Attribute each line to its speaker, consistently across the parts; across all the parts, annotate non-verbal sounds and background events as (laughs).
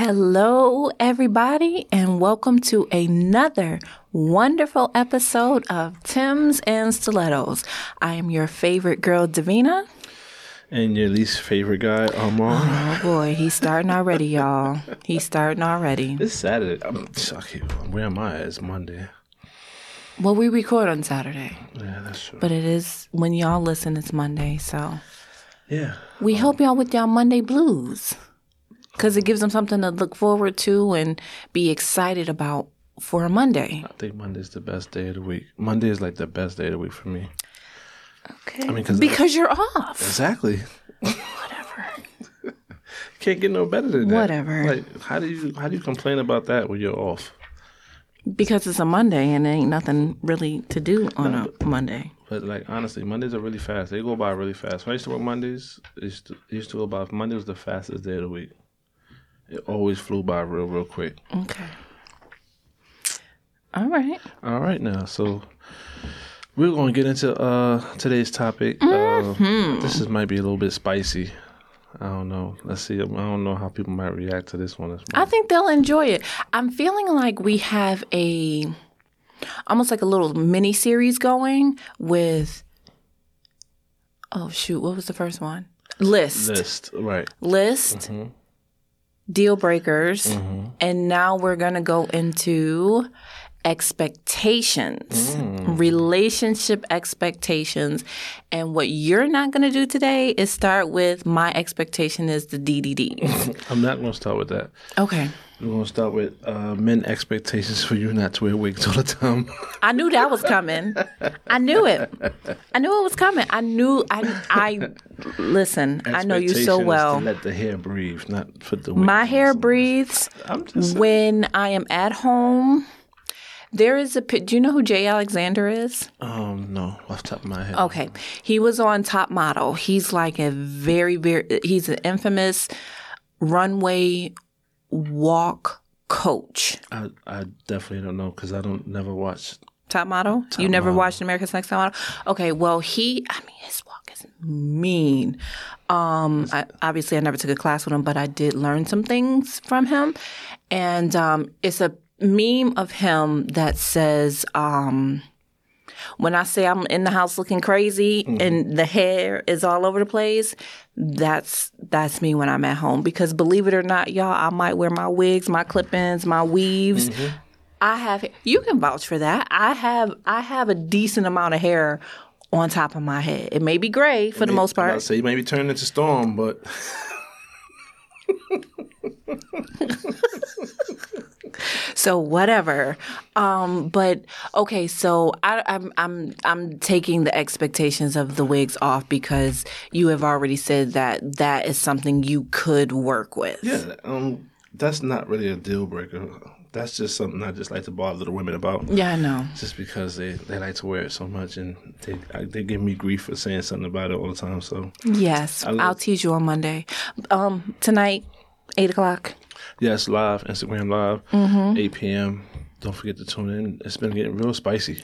Speaker 1: Hello, everybody, and welcome to another wonderful episode of Tim's and Stilettos. I am your favorite girl, Davina.
Speaker 2: And your least favorite guy, (sighs) Omar.
Speaker 1: Oh boy, he's starting already, y'all. He's starting already.
Speaker 2: It's Saturday. I'm, okay, where am I? It's Monday.
Speaker 1: Well, we record on Saturday,
Speaker 2: Yeah, that's true.
Speaker 1: but it is when y'all listen, it's Monday. So
Speaker 2: yeah.
Speaker 1: we help y'all with y'all Monday blues because it gives them something to look forward to and be excited about for a Monday.
Speaker 2: I think Monday's the best day of the week. Monday is like the best day of the week for me.
Speaker 1: Okay.
Speaker 2: mean, 'cause-
Speaker 1: because you're off.
Speaker 2: Exactly.
Speaker 1: Whatever.
Speaker 2: (laughs) Can't get no better than that.
Speaker 1: Whatever.
Speaker 2: Like, how do you how do you complain about that when you're off?
Speaker 1: Because it's a Monday and there ain't nothing really to do on a Monday.
Speaker 2: But like honestly, Mondays are really fast. They go by really fast. When I used to work Mondays, it used to, it used to go by. Monday was the fastest day of the week. It always flew by real real quick.
Speaker 1: Okay. All right.
Speaker 2: All right, now so we're gonna get into uh today's topic.
Speaker 1: Mm-hmm.
Speaker 2: Uh, this is might be a little bit spicy. I don't know. Let's see. um, I don't know how people might react to this one.
Speaker 1: I think they'll enjoy it. I'm feeling like we have a almost like a little mini series going with Oh shoot, what was the first one? List.
Speaker 2: List right.
Speaker 1: List. Deal breakers. And now we're going to go into expectations, relationship expectations. And what you're not going to do today is start with my expectation is the DDD.
Speaker 2: I'm not gonna start with that.
Speaker 1: okay.
Speaker 2: We're gonna start with uh, men expectations for you not to wear wigs all the time.
Speaker 1: I knew that was coming. I knew it. I knew it was coming. I knew. I. I listen. (laughs) I know you so
Speaker 2: Expectation is
Speaker 1: well.
Speaker 2: To let the hair breathe, not put the wig.
Speaker 1: My
Speaker 2: on
Speaker 1: hair
Speaker 2: somewhere.
Speaker 1: breathes
Speaker 2: I'm just
Speaker 1: when I am at home. There is a. pi- Do you know who Jay Alexander is?
Speaker 2: um no off the top of my head.
Speaker 1: Okay, he was on Top Model. He's like a very very. He's an infamous runway walk coach.
Speaker 2: I I definitely don't know because I don't never watch.
Speaker 1: Top Model? you never watched America's Next Top Model? Okay, well, he, I mean, his walk is mean. Um, I, obviously, I never took a class with him, but I did learn some things from him. And um, it's a meme of him that says, um, when I say I'm in the house looking crazy and the hair is all over the place, that's that's me when I'm at home. Because believe it or not, y'all, I might wear my wigs, my clip-ins, my weaves. I have you can vouch for that. I have I have a decent amount of hair on top of my head. It may be gray for the most
Speaker 2: I
Speaker 1: part.
Speaker 2: say you may be turning into storm, but
Speaker 1: So whatever. Um, but okay, so I, I'm I'm I'm taking the expectations of the wigs off because you have already said that that is something you could work with.
Speaker 2: yeah, um, that's not really a deal breaker. That's just something I just like to bother the women about,
Speaker 1: Yeah, I know.
Speaker 2: just because they, they like to wear it so much, and they I, they give me grief for saying something about it all the time. So
Speaker 1: Yes, I'll tease you on Monday. Um, tonight, eight o'clock.
Speaker 2: yes, live Instagram live,
Speaker 1: Mm-hmm.
Speaker 2: eight p.m. Don't forget to tune in. It's been getting real spicy.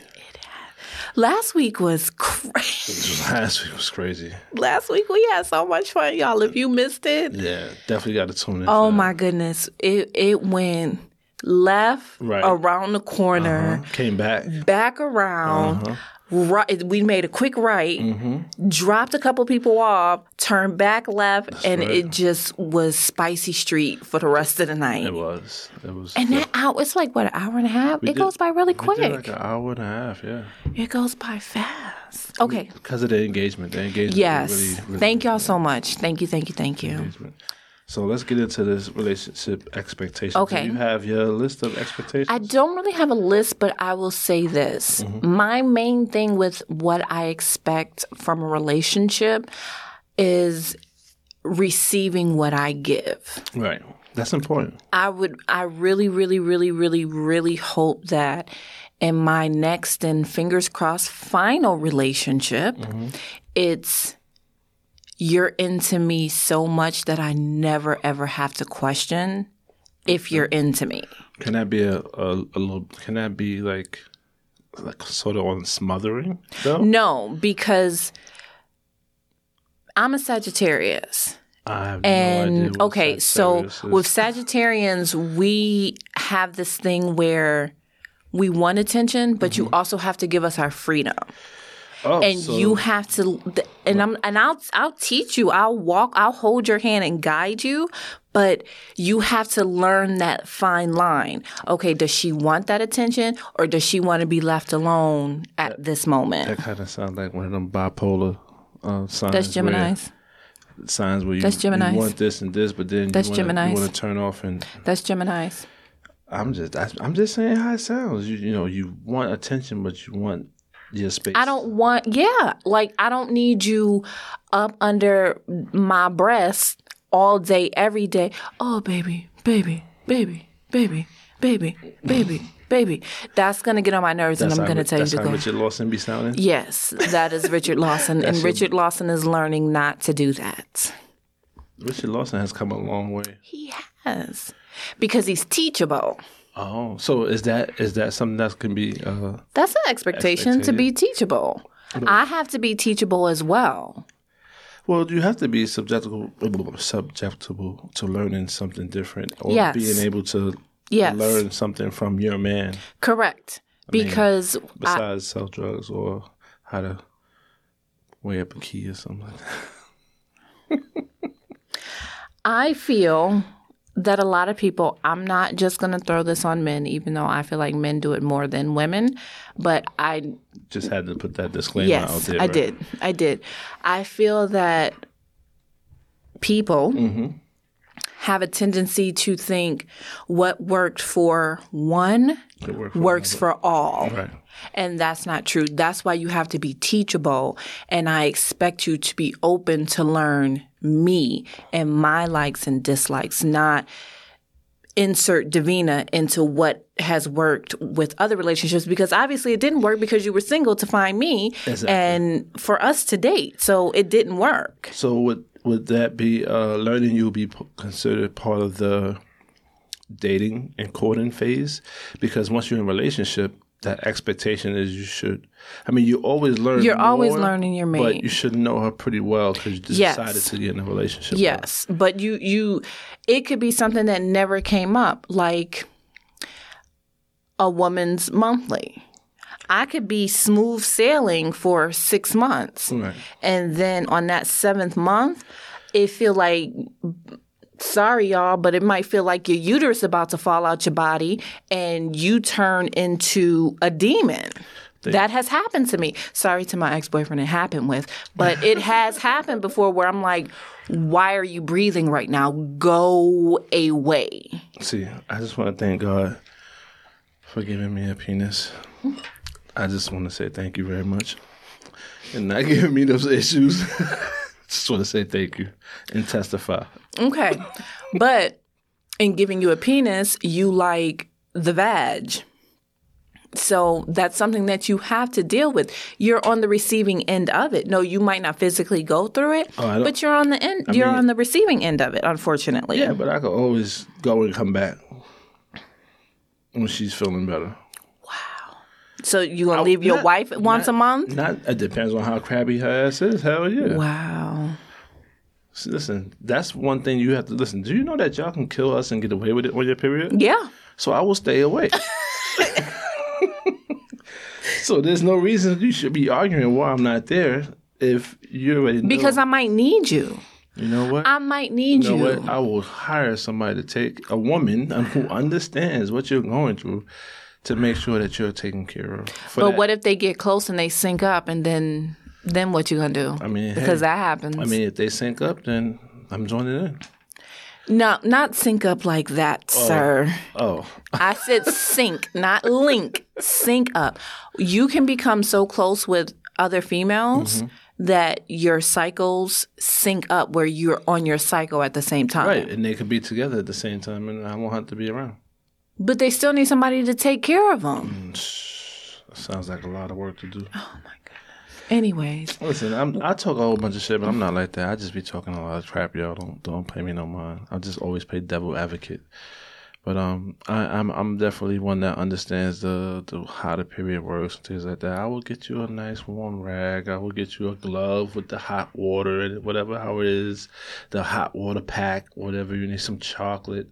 Speaker 1: Last week was crazy.
Speaker 2: (laughs) Last week was crazy.
Speaker 1: Last week we had so much fun, y'all. If you missed it,
Speaker 2: Yeah, definitely got to tune in.
Speaker 1: oh
Speaker 2: for that.
Speaker 1: my goodness, it it went left
Speaker 2: Right. Uh-huh.
Speaker 1: around the corner.
Speaker 2: Came back.
Speaker 1: back around.
Speaker 2: Uh-huh.
Speaker 1: Right, we made a quick right,
Speaker 2: Mm-hmm.
Speaker 1: dropped a couple people off, turned back left, and
Speaker 2: right.
Speaker 1: it just was spicy street for the rest of the night.
Speaker 2: It was. It was.
Speaker 1: And that hour, it's like what an hour and a half. it
Speaker 2: did-
Speaker 1: goes by really
Speaker 2: We did like
Speaker 1: quick.
Speaker 2: an hour and a half. Yeah.
Speaker 1: it goes by fast. Okay.
Speaker 2: because of the engagement. The engagement.
Speaker 1: Yes.
Speaker 2: Really, really
Speaker 1: thank y'all so much. Thank you. Thank you. Thank you.
Speaker 2: engagement. So let's get into this relationship expectations.
Speaker 1: Okay.
Speaker 2: Do you have your list of expectations?
Speaker 1: I don't really have a list, but I will say this. My main thing with what I expect from a relationship is receiving what I give.
Speaker 2: right. That's important.
Speaker 1: I would, I really, really, really, really, really hope that in my next and fingers crossed final relationship, it's you're into me so much that I never ever have to question if you're into me.
Speaker 2: Can that be a, a, a little? Can that be like, like sort of on smothering though?
Speaker 1: No, because I'm a Sagittarius.
Speaker 2: I have no idea.
Speaker 1: and
Speaker 2: what
Speaker 1: okay, so
Speaker 2: Sagittarius is.
Speaker 1: with Sagittarians, we have this thing where we want attention, but you also have to give us our freedom,
Speaker 2: oh,
Speaker 1: and
Speaker 2: Mm-hmm. so-
Speaker 1: you have to. th- And I'm and I'll I'll teach you. I'll walk. I'll hold your hand and guide you, but you have to learn that fine line. Okay, does she want that attention, or does she want to be left alone at this moment?
Speaker 2: that kind of sounds like one of them bipolar uh, signs.
Speaker 1: That's
Speaker 2: where-
Speaker 1: Gemini's.
Speaker 2: signs where you,
Speaker 1: That's Geminis.
Speaker 2: you want this and this, but then
Speaker 1: That's
Speaker 2: you wanna-
Speaker 1: Geminis.
Speaker 2: you want to turn off and
Speaker 1: That's Gemini's.
Speaker 2: I'm just I, I'm just saying how it sounds. You you know you want attention, but you want your space.
Speaker 1: I don't want, yeah, like I don't need you up under my breast all day, every day. Oh, baby, baby, baby, baby, baby, baby, baby. That's gonna get on my nerves, and I'm
Speaker 2: how
Speaker 1: gonna
Speaker 2: Rich-
Speaker 1: tell you
Speaker 2: that's
Speaker 1: to
Speaker 2: how
Speaker 1: go.
Speaker 2: Richard Lawson be sounding.
Speaker 1: Yes, that is Richard
Speaker 2: (laughs)
Speaker 1: Lawson, and Richard Lawson is learning not to do that.
Speaker 2: Richard Lawson has come a long way.
Speaker 1: He has, because he's teachable.
Speaker 2: Oh, so is that is that something that can be? Uh,
Speaker 1: That's an expectation to be teachable. I have to be teachable as well.
Speaker 2: well, you have to be subjectable, subjectable to learning something different, or
Speaker 1: Yes.
Speaker 2: being able to
Speaker 1: Yes.
Speaker 2: learn something from your man.
Speaker 1: Correct. Because
Speaker 2: Besides sell drugs or how to weigh up a key or something like that.
Speaker 1: I feel that a lot of people, I'm not just going to throw this on men, even though I feel like men do it more than women, but I,
Speaker 2: Just had to put that disclaimer out
Speaker 1: yes,
Speaker 2: there.
Speaker 1: I
Speaker 2: right?
Speaker 1: did. I did. I feel that people
Speaker 2: Mm-hmm.
Speaker 1: have a tendency to think what worked for one
Speaker 2: It worked for
Speaker 1: works for all.
Speaker 2: Right.
Speaker 1: And that's not true. That's why you have to be teachable. And I expect you to be open to learn me and my likes and dislikes, not insert Davina into what has worked with other relationships because obviously it didn't work because you were single to find me and for us to date. So it didn't work.
Speaker 2: So would would that be uh, learning? You'll be p- considered part of the dating and courting phase because once you're in a relationship, that expectation is you should. I mean, you always learn.
Speaker 1: You're always
Speaker 2: more,
Speaker 1: learning your
Speaker 2: but
Speaker 1: mate.
Speaker 2: you should know her pretty well because you just
Speaker 1: Yes.
Speaker 2: decided to get in a relationship. with her.
Speaker 1: Yes, but you you it could be something that never came up like a woman's monthly. I could be smooth sailing for 6 months.
Speaker 2: Right.
Speaker 1: And then on that 7th month, it feel like sorry y'all, but it might feel like your uterus about to fall out your body and you turn into a demon. that has happened to me. Sorry to my ex-boyfriend it happened with, but it has happened before where I'm like, why are you breathing right now? Go away.
Speaker 2: See, I just want to thank God for giving me a penis. I just want to say thank you very much, and not (laughs) giving me those issues. (laughs) just want to say thank you and testify.
Speaker 1: Okay. but in giving you a penis, you like the vag. So that's something that you have to deal with. You're on the receiving end of it. No, you might not physically go through it,
Speaker 2: Oh, I don't-
Speaker 1: but you're on the end. you're
Speaker 2: mean-
Speaker 1: on the receiving end of it, unfortunately.
Speaker 2: Yeah, but I could always go and come back when she's feeling better.
Speaker 1: So you gonna leave your
Speaker 2: not-
Speaker 1: wife once a month?
Speaker 2: Not it depends on how crabby her ass is. Hell yeah.
Speaker 1: Wow.
Speaker 2: S- Listen, that's one thing you have to listen. Do you know that y'all can kill us and get away with it on your period?
Speaker 1: Yeah.
Speaker 2: So I will
Speaker 1: (laughs)
Speaker 2: stay away. so there's no reason you should be arguing why I'm not there if you already know.
Speaker 1: Because I might need you.
Speaker 2: you know what?
Speaker 1: I might need
Speaker 2: you know
Speaker 1: you.
Speaker 2: what? I will hire somebody to take a woman who understands what you're going through to make sure that you're taken care of. For
Speaker 1: but
Speaker 2: that-
Speaker 1: what if they get close and they sync up and then then what you gonna do?
Speaker 2: I mean,
Speaker 1: because
Speaker 2: hey,
Speaker 1: that happens.
Speaker 2: I mean, if they sync up, then I'm joining in.
Speaker 1: no, not sync up like that, sir.
Speaker 2: Oh,
Speaker 1: I said sync, not link. Sync up. You can become so close with other females
Speaker 2: Mm-hmm.
Speaker 1: that your cycles sync up where you're on your cycle at the same time.
Speaker 2: right, and they could be together at the same time, and I won't have to be around.
Speaker 1: But they still need somebody to take care of
Speaker 2: Mm.
Speaker 1: them.
Speaker 2: Sounds like a lot of work to do.
Speaker 1: Anyways,
Speaker 2: Listen, I'm, I talk a whole bunch of shit, but I'm not like that. I just be talking a lot of crap, y'all. Don't don't pay me no mind. I just always play devil advocate. But um, I, I'm I'm definitely one that understands the the how the period works and things like that. I will get you a nice warm rag. I will get you a glove with the hot water and whatever how it is, the hot water pack, whatever you need. Some chocolate.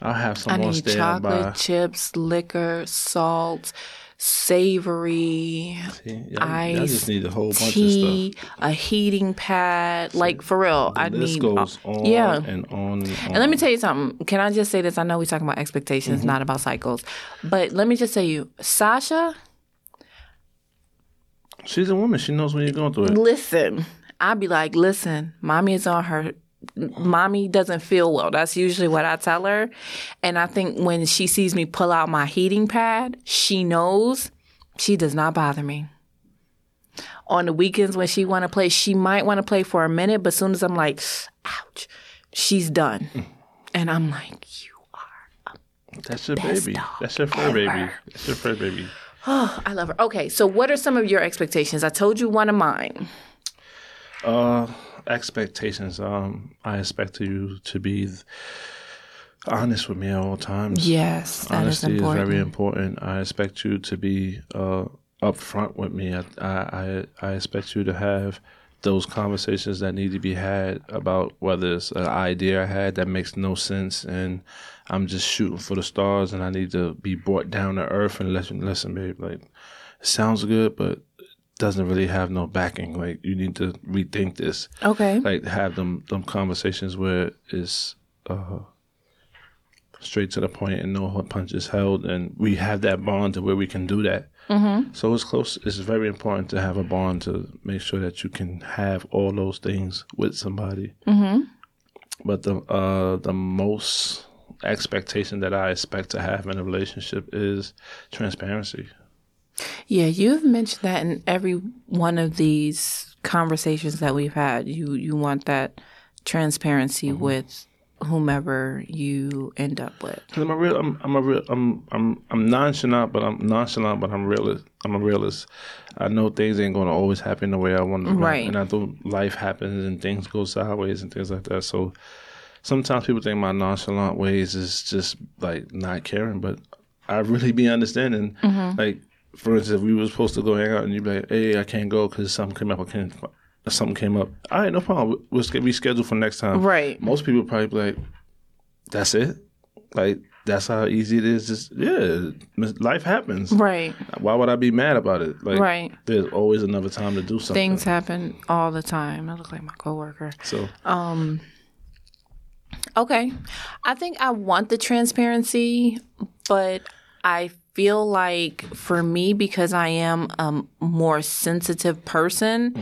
Speaker 2: I'll have some
Speaker 1: I
Speaker 2: on
Speaker 1: need
Speaker 2: standby.
Speaker 1: chocolate, chips, liquor, salt, savory,
Speaker 2: See, y'all- y'all
Speaker 1: ice,
Speaker 2: just need a whole bunch of stuff.
Speaker 1: tea, a heating pad. like for real, I
Speaker 2: This
Speaker 1: need.
Speaker 2: goes on
Speaker 1: yeah.
Speaker 2: and on and on.
Speaker 1: And let me tell you something. Can I just say this? I know we're talking about expectations, not about cycles. But let me just tell you, Sasha,
Speaker 2: She's a woman. She knows when you're going through it.
Speaker 1: listen. I'd be like, listen, mommy is on her. Mommy doesn't feel well. That's usually what I tell her. And I think when she sees me pull out my heating pad, she knows she does not bother me. On the weekends when she want to play, she might want to play for a minute, but soon as I'm like, ouch, she's done. And I'm like, you
Speaker 2: That's your baby. That's your fur baby. That's your fur baby.
Speaker 1: I love her. Okay, so what are some of your expectations? I told you one of mine.
Speaker 2: Uh, expectations. Um, I expect you to be th- honest with me at all times.
Speaker 1: Yes, that is
Speaker 2: Honesty is, very important. I expect you to be uh upfront with me. I, I I I expect you to have those conversations that need to be had about whether it's an idea I had that makes no sense and I'm just shooting for the stars and I need to be brought down to earth and listen, listen, babe. Like, it sounds good, but doesn't really have no backing. Like, you need to rethink this
Speaker 1: Okay.
Speaker 2: like have them them conversations where it's uh straight to the point and no hard punches held and we have that bond to where we can do that mm-hmm. so it's close it's very important to have a bond to make sure that you can have all those things with somebody mm-hmm. but the uh the most expectation that i expect to have in a relationship is transparency
Speaker 1: Yeah, you've mentioned that in every one of these conversations that we've had. You you want that transparency
Speaker 2: Mm-hmm.
Speaker 1: with whomever you end up with.
Speaker 2: Cause I'm a real. I'm, I'm a real. I'm. I'm. I'm nonchalant, but I'm nonchalant, but I'm realist. I'm a realist. I know things ain't gonna always happen the way I want them. to.
Speaker 1: Right.
Speaker 2: And I know life happens and things go sideways and things like that. So sometimes people think my nonchalant ways is just like not caring, but I really be understanding.
Speaker 1: Mm-hmm.
Speaker 2: Like for instance, if we were supposed to go hang out and you'd be like, "Hey, I can't go because something came up. I can't." Something came up. All right, no problem. We'll sch- reschedule for next time.
Speaker 1: Right.
Speaker 2: Most people probably be like, "That's it." Like that's how easy it is. Just yeah, mis- life happens.
Speaker 1: Right.
Speaker 2: Why would I be mad about it? Like
Speaker 1: Right.
Speaker 2: there's always another time to do something.
Speaker 1: Things happen all the time. I look like my coworker.
Speaker 2: So
Speaker 1: Um, Okay. I think I want the transparency, but I feel like for me, because I am a more sensitive person,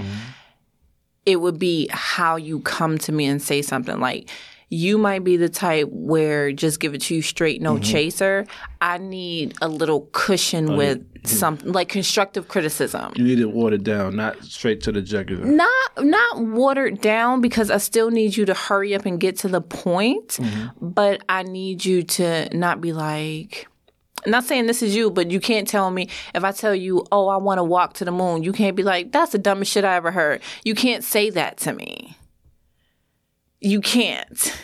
Speaker 1: it would be how you come to me and say something. Like, you might be the type where just give it to you straight, no chaser. I need a little cushion with something like constructive criticism
Speaker 2: you need it watered down, not straight to the jugular.
Speaker 1: not not watered down because I still need you to hurry up and get to the point,
Speaker 2: Mm-hmm.
Speaker 1: but I need you to not be like not saying this is you, but you can't tell me if I tell you, "Oh, I want to walk to the moon." You can't be like, "That's the dumbest shit I ever heard." You can't say that to me. You can't.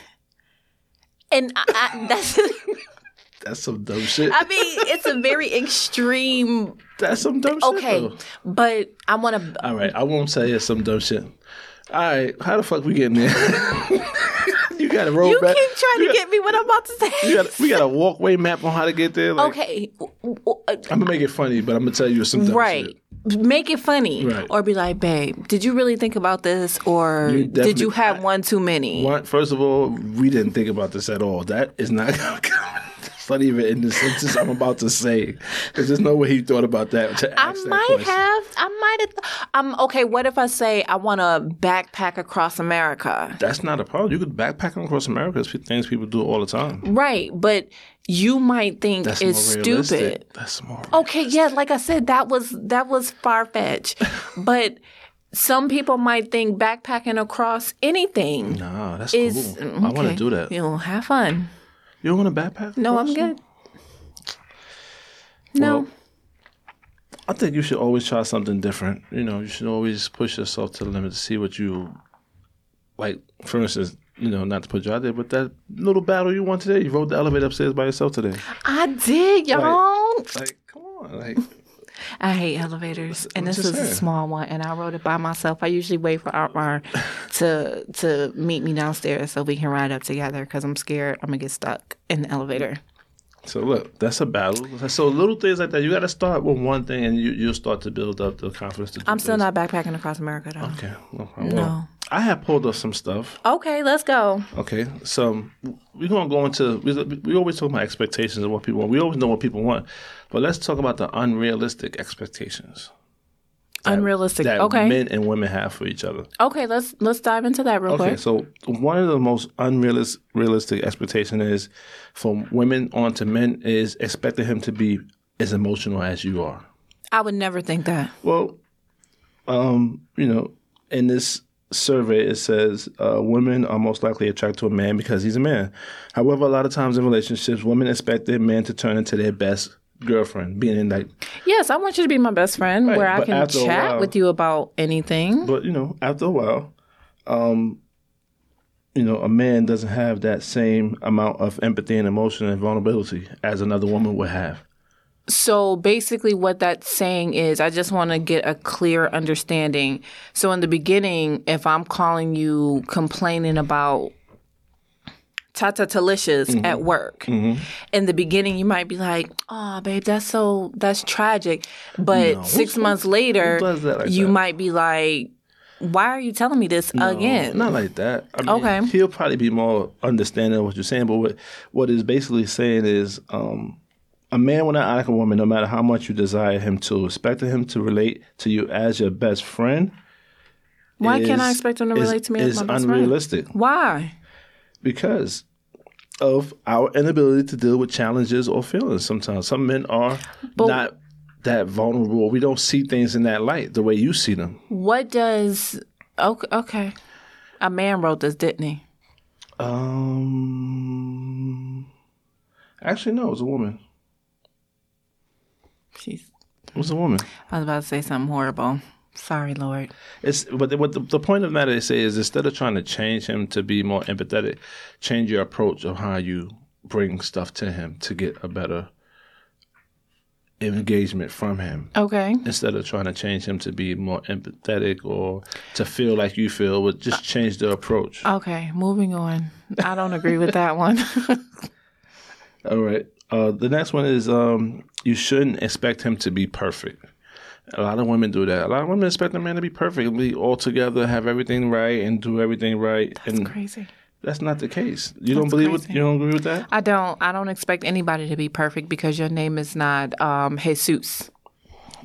Speaker 1: And I, I, (laughs) that's
Speaker 2: That's some dumb shit.
Speaker 1: I mean, it's a very extreme.
Speaker 2: That's some dumb shit.
Speaker 1: Okay,
Speaker 2: though.
Speaker 1: but I want to
Speaker 2: All right, I won't say it's some dumb shit. All right, how the fuck we getting there? (laughs) you got to roll
Speaker 1: You
Speaker 2: back.
Speaker 1: keep trying to
Speaker 2: you got-
Speaker 1: get me what I'm about to say.
Speaker 2: You got, we got a walkway map on how to get there. Like,
Speaker 1: okay, w- w- uh,
Speaker 2: I'm gonna make it funny, but I'm gonna tell you it's some dumb
Speaker 1: right.
Speaker 2: shit.
Speaker 1: Make it funny,
Speaker 2: Right.
Speaker 1: or be like, "Babe, did you really think about this, or did
Speaker 2: definitely-
Speaker 1: you have one too many?"
Speaker 2: One, first of all, we didn't think about this at all. That is not (laughs) gonna come. It's not even in the sentence I'm about to say because there's no way he thought about that. To
Speaker 1: I
Speaker 2: ask that
Speaker 1: might
Speaker 2: question.
Speaker 1: have. I might have. I'm okay. What if I say I want to backpack across America?
Speaker 2: That's not a problem. You could backpack across America. It's things people do all the time.
Speaker 1: Right, but you might think
Speaker 2: That's
Speaker 1: it's
Speaker 2: more realistic.
Speaker 1: stupid. Oh,
Speaker 2: That's more.
Speaker 1: Okay, yeah, like I said, that was that was far
Speaker 2: (laughs)
Speaker 1: fetched, but some people might think backpacking across anything
Speaker 2: Nah, that's
Speaker 1: is. mm,
Speaker 2: cool. I want to
Speaker 1: okay.
Speaker 2: do that.
Speaker 1: You know, have fun.
Speaker 2: You want to backpack?
Speaker 1: No,
Speaker 2: across?
Speaker 1: I'm good. No.
Speaker 2: Well, I think you should always try something different. You know, you should always push yourself to the limit to see what you like. For instance, you know, not to put you out there, but that little battle you won today, you rode the elevator upstairs by yourself today.
Speaker 1: I did, y'all.
Speaker 2: Like, come on, like,
Speaker 1: I hate elevators, and
Speaker 2: I'm
Speaker 1: this
Speaker 2: just
Speaker 1: is a
Speaker 2: saying.
Speaker 1: small one, and I rode it by myself. I usually wait for Aunt Mar to to meet me downstairs so we can ride up together because I'm scared I'm gonna get stuck in the elevator.
Speaker 2: so look, that's a battle. So little things like that, you got to start with one thing, and you you'll start to build up the confidence. To do
Speaker 1: I'm still
Speaker 2: things.
Speaker 1: not backpacking across America though.
Speaker 2: okay. No, problem. Well, I have pulled up some stuff.
Speaker 1: Okay, let's go.
Speaker 2: Okay, so we're gonna go into we, we always talk about expectations and what people want. We always know what people want, but let's talk about the unrealistic expectations
Speaker 1: Unrealistic.
Speaker 2: that
Speaker 1: Okay.
Speaker 2: men and women have for each other.
Speaker 1: okay, let's let's dive into that real
Speaker 2: Okay,
Speaker 1: quick.
Speaker 2: so one of the most unrealistic realistic expectation is from women on to men is expecting him to be as emotional as you are.
Speaker 1: I would never think that.
Speaker 2: Well, um, you know, in this survey, it says uh, women are most likely attracted to a man because he's a man. However, a lot of times in relationships, women expect their man to turn into their best girlfriend, being in like,
Speaker 1: Yes, I want you to be my best friend where I
Speaker 2: but
Speaker 1: can
Speaker 2: after a uh,
Speaker 1: chat
Speaker 2: while-
Speaker 1: with you about anything.
Speaker 2: but you know, after a while, um, you know, a man doesn't have that same amount of empathy and emotion and vulnerability as another woman would have.
Speaker 1: So basically, what that's saying is, I just want to get a clear understanding. So, in the beginning, if I'm calling you complaining about Tata Talicious
Speaker 2: Mm-hmm.
Speaker 1: at work, in the beginning, you might be like, oh, babe, that's so, that's tragic. But six months later,
Speaker 2: does that like
Speaker 1: you
Speaker 2: that?
Speaker 1: might be like, why are you telling me this again?
Speaker 2: Oh, Not like that. I mean,
Speaker 1: Okay.
Speaker 2: He'll probably be more understanding of what you're saying, but what what is basically saying is um, a man will not act like a woman, no matter how much you desire him to. Expecting him to relate to you as your best friend.
Speaker 1: why
Speaker 2: is,
Speaker 1: can't I expect him to
Speaker 2: is-
Speaker 1: relate to me
Speaker 2: Is
Speaker 1: as my best friend?
Speaker 2: unrealistic
Speaker 1: Why?
Speaker 2: because of our inability to deal with challenges or feelings. Sometimes some men are not that vulnerable. We don't see things in that light the way you see them.
Speaker 1: What does okay, okay. A man wrote this, didn't he?
Speaker 2: Um, actually, no, it was a woman.
Speaker 1: Jeez.
Speaker 2: It was a woman.
Speaker 1: I was about to say something horrible. Sorry, Lord.
Speaker 2: It's but the, what the, the point of the matter they say is instead of trying to change him to be more empathetic, change your approach of how you bring stuff to him to get a better engagement from him.
Speaker 1: Okay.
Speaker 2: Instead of trying to change him to be more empathetic or to feel like you feel, but just change the approach.
Speaker 1: Okay, moving on. I don't agree with that (laughs) one.
Speaker 2: All right. Uh, the next one is um, you shouldn't expect him to be perfect. A lot of women do that. A lot of women expect a man to be perfect, be all together, have everything right, and do everything right. and
Speaker 1: Crazy.
Speaker 2: that's not the case. You don't believe with,
Speaker 1: crazy.
Speaker 2: you don't agree with that.
Speaker 1: I don't I don't expect anybody to be perfect because your name is not um Jesus.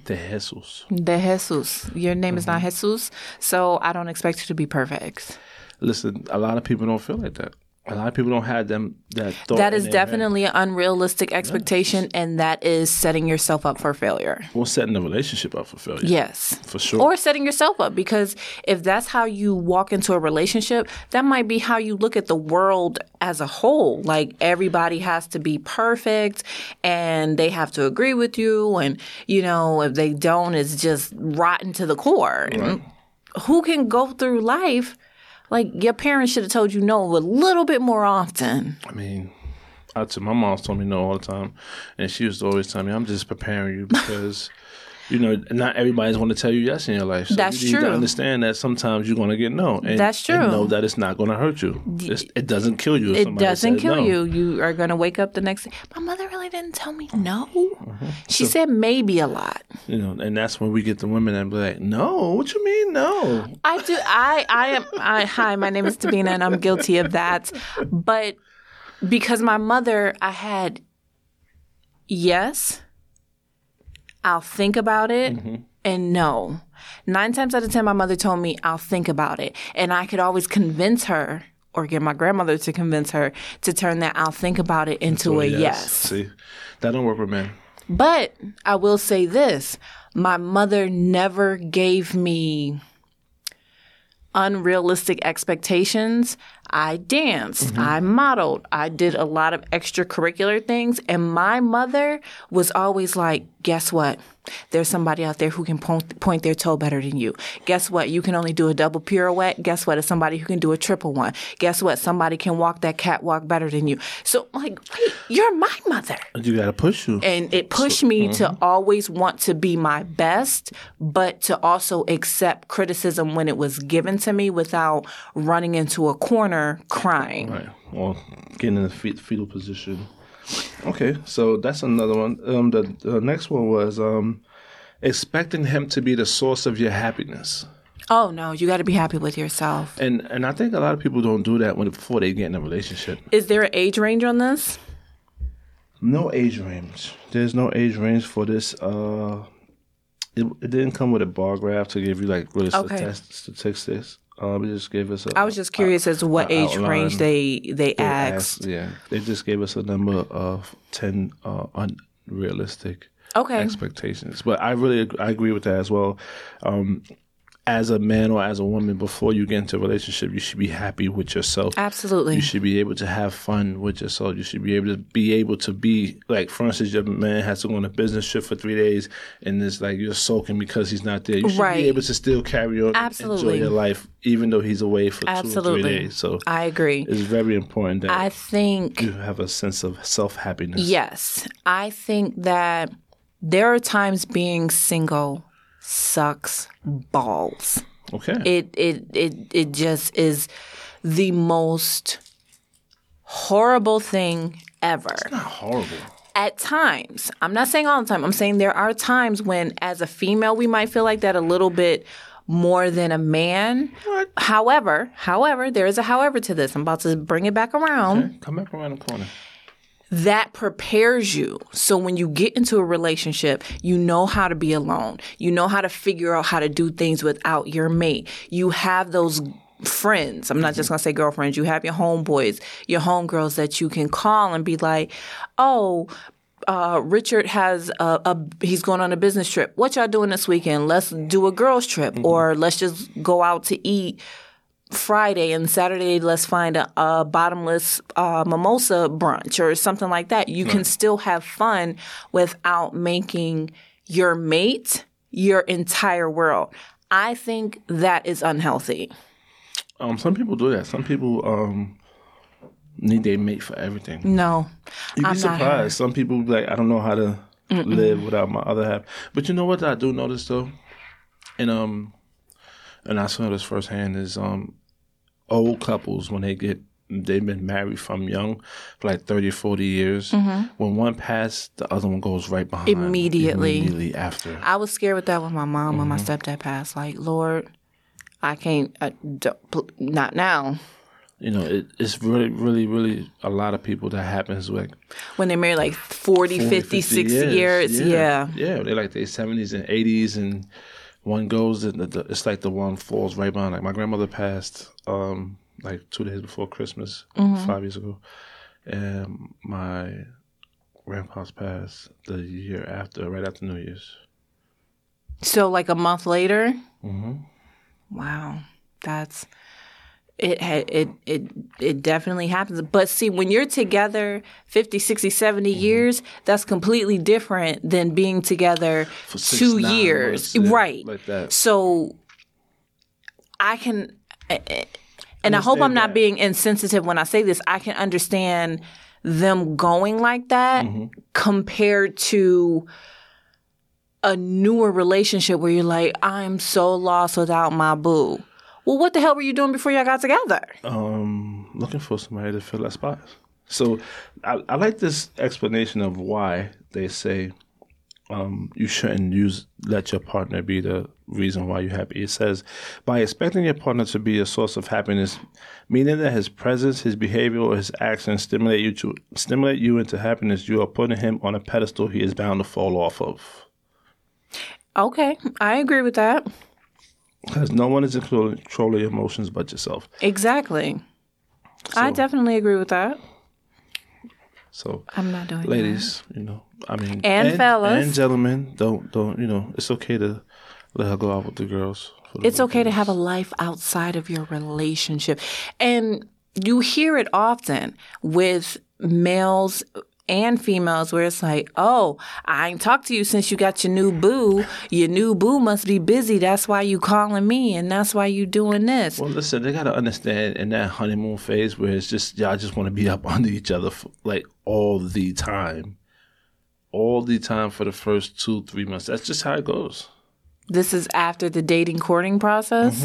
Speaker 2: The Jesus.
Speaker 1: De Jesus. Your name is not Jesus. So I don't expect you to be perfect.
Speaker 2: Listen, a lot of people don't feel like that. A lot of people don't have them that thought.
Speaker 1: That
Speaker 2: in
Speaker 1: is
Speaker 2: their head.
Speaker 1: definitely an unrealistic expectation and that is setting yourself up for failure.
Speaker 2: Well, setting the relationship up for failure.
Speaker 1: Yes.
Speaker 2: for sure.
Speaker 1: or setting yourself up because if that's how you walk into a relationship that might be how you look at the world as a whole like everybody has to be perfect and they have to agree with you and you know if they don't it's just rotten to the core And who can go through life like your parents should have told you no a little bit more often
Speaker 2: I mean, I t- my mom told me no all the time, and she used to always tell me, "I'm just preparing you
Speaker 1: (laughs)
Speaker 2: because." You know, not everybody's going to tell you yes in your life. So
Speaker 1: That's
Speaker 2: you need
Speaker 1: true.
Speaker 2: To understand that sometimes you're going to get no. And,
Speaker 1: That's
Speaker 2: And
Speaker 1: true.
Speaker 2: know that it's not going to hurt you. It's, it doesn't kill you. If
Speaker 1: it
Speaker 2: somebody
Speaker 1: doesn't
Speaker 2: says
Speaker 1: kill
Speaker 2: no.
Speaker 1: you. You are going to wake up the next day. My mother really didn't tell me no.
Speaker 2: Mm-hmm.
Speaker 1: She said maybe a lot.
Speaker 2: You know, and that's when we get the women and be like, "No, what you mean, no?"
Speaker 1: I do. I I am. I, hi, my name is Davina, and I'm guilty of that. But because my mother, I had yes. I'll think about it, and no. Nine times out of ten, my mother told me I'll think about it, and I could always convince her, or get my grandmother to convince her to turn that "I'll think about it" into a yes.
Speaker 2: See, that don't work with men.
Speaker 1: But I will say this my mother never gave me unrealistic expectations. I danced, I modeled, I did a lot of extracurricular things. And my mother was always like, guess what? There's somebody out there who can point, point their toe better than you. Guess what? You can only do a double pirouette. Guess what? It's somebody who can do a triple one. Guess what? Somebody can walk that catwalk better than you. So, like, wait, you're my mother
Speaker 2: You gotta push you.
Speaker 1: and it pushed me
Speaker 2: mm-hmm.
Speaker 1: to always want to be my best but to also accept criticism when it was given to me without running into a corner crying
Speaker 2: Right. Well, getting in the fe- fetal position. Okay, so that's another one. Um, the, the next one was um, expecting him to be the source of your happiness,
Speaker 1: oh no you got to be happy with yourself
Speaker 2: and and I think a lot of people don't do that when before they get in a relationship.
Speaker 1: is there an age range on this
Speaker 2: No age range. There's no age range for this. Uh, it, it didn't come with a bar graph to give you like really
Speaker 1: Okay.
Speaker 2: statist- statistics. Um, it just gave us. A,
Speaker 1: i was just curious as to what
Speaker 2: I- I
Speaker 1: age range
Speaker 2: outlined-
Speaker 1: they they asked
Speaker 2: asked. Yeah, they just gave us a number of ten uh, unrealistic
Speaker 1: okay
Speaker 2: expectations. But I really ag- I agree with that as well. Um, as a man or as a woman, before you get into a relationship, you should be happy with yourself.
Speaker 1: absolutely
Speaker 2: You should be able to have fun with yourself. You should be able to be able to be like, for instance, your man has to go on a business trip for three days, and it's like you're sulking because he's not there. You should
Speaker 1: Right.
Speaker 2: be able to still carry on, and
Speaker 1: Absolutely.
Speaker 2: enjoy your life, even though he's away for two or
Speaker 1: Absolutely.
Speaker 2: three days. So
Speaker 1: i agree
Speaker 2: it's very important that
Speaker 1: i think
Speaker 2: you have a sense of self happiness.
Speaker 1: Yes. I think that there are times being single sucks balls.
Speaker 2: Okay.
Speaker 1: It it it it just is the most horrible thing ever.
Speaker 2: not horrible.
Speaker 1: At times. I'm not saying all the time. I'm saying there are times when as a female we might feel like that a little bit more than a man.
Speaker 2: What?
Speaker 1: However, however, there is a however to this. I'm about to bring it back around
Speaker 2: Come back around the corner.
Speaker 1: that prepares you. So when you get into a relationship, you know how to be alone. You know how to figure out how to do things without your mate. You have those friends. I'm not just going to say girlfriends. You have your homeboys, your homegirls that you can call and be like, "Oh, uh, Richard has a, a he's going on a business trip. What y'all doing this weekend? Let's do a girls trip, or let's just go out to eat Friday and Saturday, let's find a, a bottomless uh, mimosa brunch or something like that. You can still have fun without making your mate your entire world. I think that is unhealthy.
Speaker 2: Um, some people do that. Some people um need their mate for everything.
Speaker 1: No, Mm, I'm
Speaker 2: You'd be
Speaker 1: not her.
Speaker 2: surprised. Some people be like, I don't know how to live without my other half. But you know what I do notice though, and um, and I saw this firsthand is um, old couples when they get they've been married from young for like 30 40 years
Speaker 1: Mm-hmm.
Speaker 2: when one passes the other one goes right behind
Speaker 1: Immediately.
Speaker 2: immediately after
Speaker 1: I was scared with that with my mom when my
Speaker 2: Mm-hmm.
Speaker 1: stepdad passed. Like, Lord, I can't, I don't, pl- not now.
Speaker 2: you know it, it's really really really a lot of people that happens like
Speaker 1: When they're married like 40, 50, 60 years. yeah.
Speaker 2: Yeah, they're like their seventies and eighties, and one goes and the, the, it's like the one falls right behind. Like my grandmother passed, um, like two days before Christmas,
Speaker 1: Mm-hmm.
Speaker 2: five years ago, and my grandpa's passed the year after, right after New Year's.
Speaker 1: So like a month later.
Speaker 2: Mm-hmm.
Speaker 1: Wow, that's it, ha- it. It it definitely happens. But see, when you're together 50, 60, 70
Speaker 2: Mm-hmm.
Speaker 1: years, that's completely different than being together
Speaker 2: For six,
Speaker 1: two
Speaker 2: nine
Speaker 1: years,
Speaker 2: months, yeah,
Speaker 1: right?
Speaker 2: Like that.
Speaker 1: So I can, eh, and I hope I'm
Speaker 2: Understand
Speaker 1: not
Speaker 2: that.
Speaker 1: being insensitive when I say this. I can understand them going like that
Speaker 2: Mm-hmm.
Speaker 1: compared to a newer relationship where you're like, I'm so lost without my boo. Well, what the hell were you doing before y'all got together?
Speaker 2: Um, looking for somebody to fill that spot. So, I, I like this explanation of why they say um, you shouldn't use let your partner be the reason why you're happy. It says by expecting your partner to be a source of happiness, meaning that his presence, his behavior, or his actions stimulate you to stimulate you into happiness, you are putting him on a pedestal he is bound to fall off of.
Speaker 1: Okay, I agree with that.
Speaker 2: Because no one is in control control of your emotions but yourself.
Speaker 1: Exactly. I definitely agree with that.
Speaker 2: So
Speaker 1: I'm not doing that.
Speaker 2: ladies, you know, I mean,
Speaker 1: And fellas.
Speaker 2: and gentlemen, don't don't you know, it's okay to let her go out with the girls. for the
Speaker 1: It's okay to
Speaker 2: weekend.
Speaker 1: have a life outside of your relationship. And you hear it often with males and females where it's like, oh, I ain't talked to you since you got your new boo. Your new boo must be busy. That's why you calling me and that's why you doing this.
Speaker 2: Well, listen, they gotta understand in that honeymoon phase where it's just y'all just want to be up (laughs) under each other for, like all the time, all the time for the first two three months. That's just how it goes
Speaker 1: This is after the dating courting process.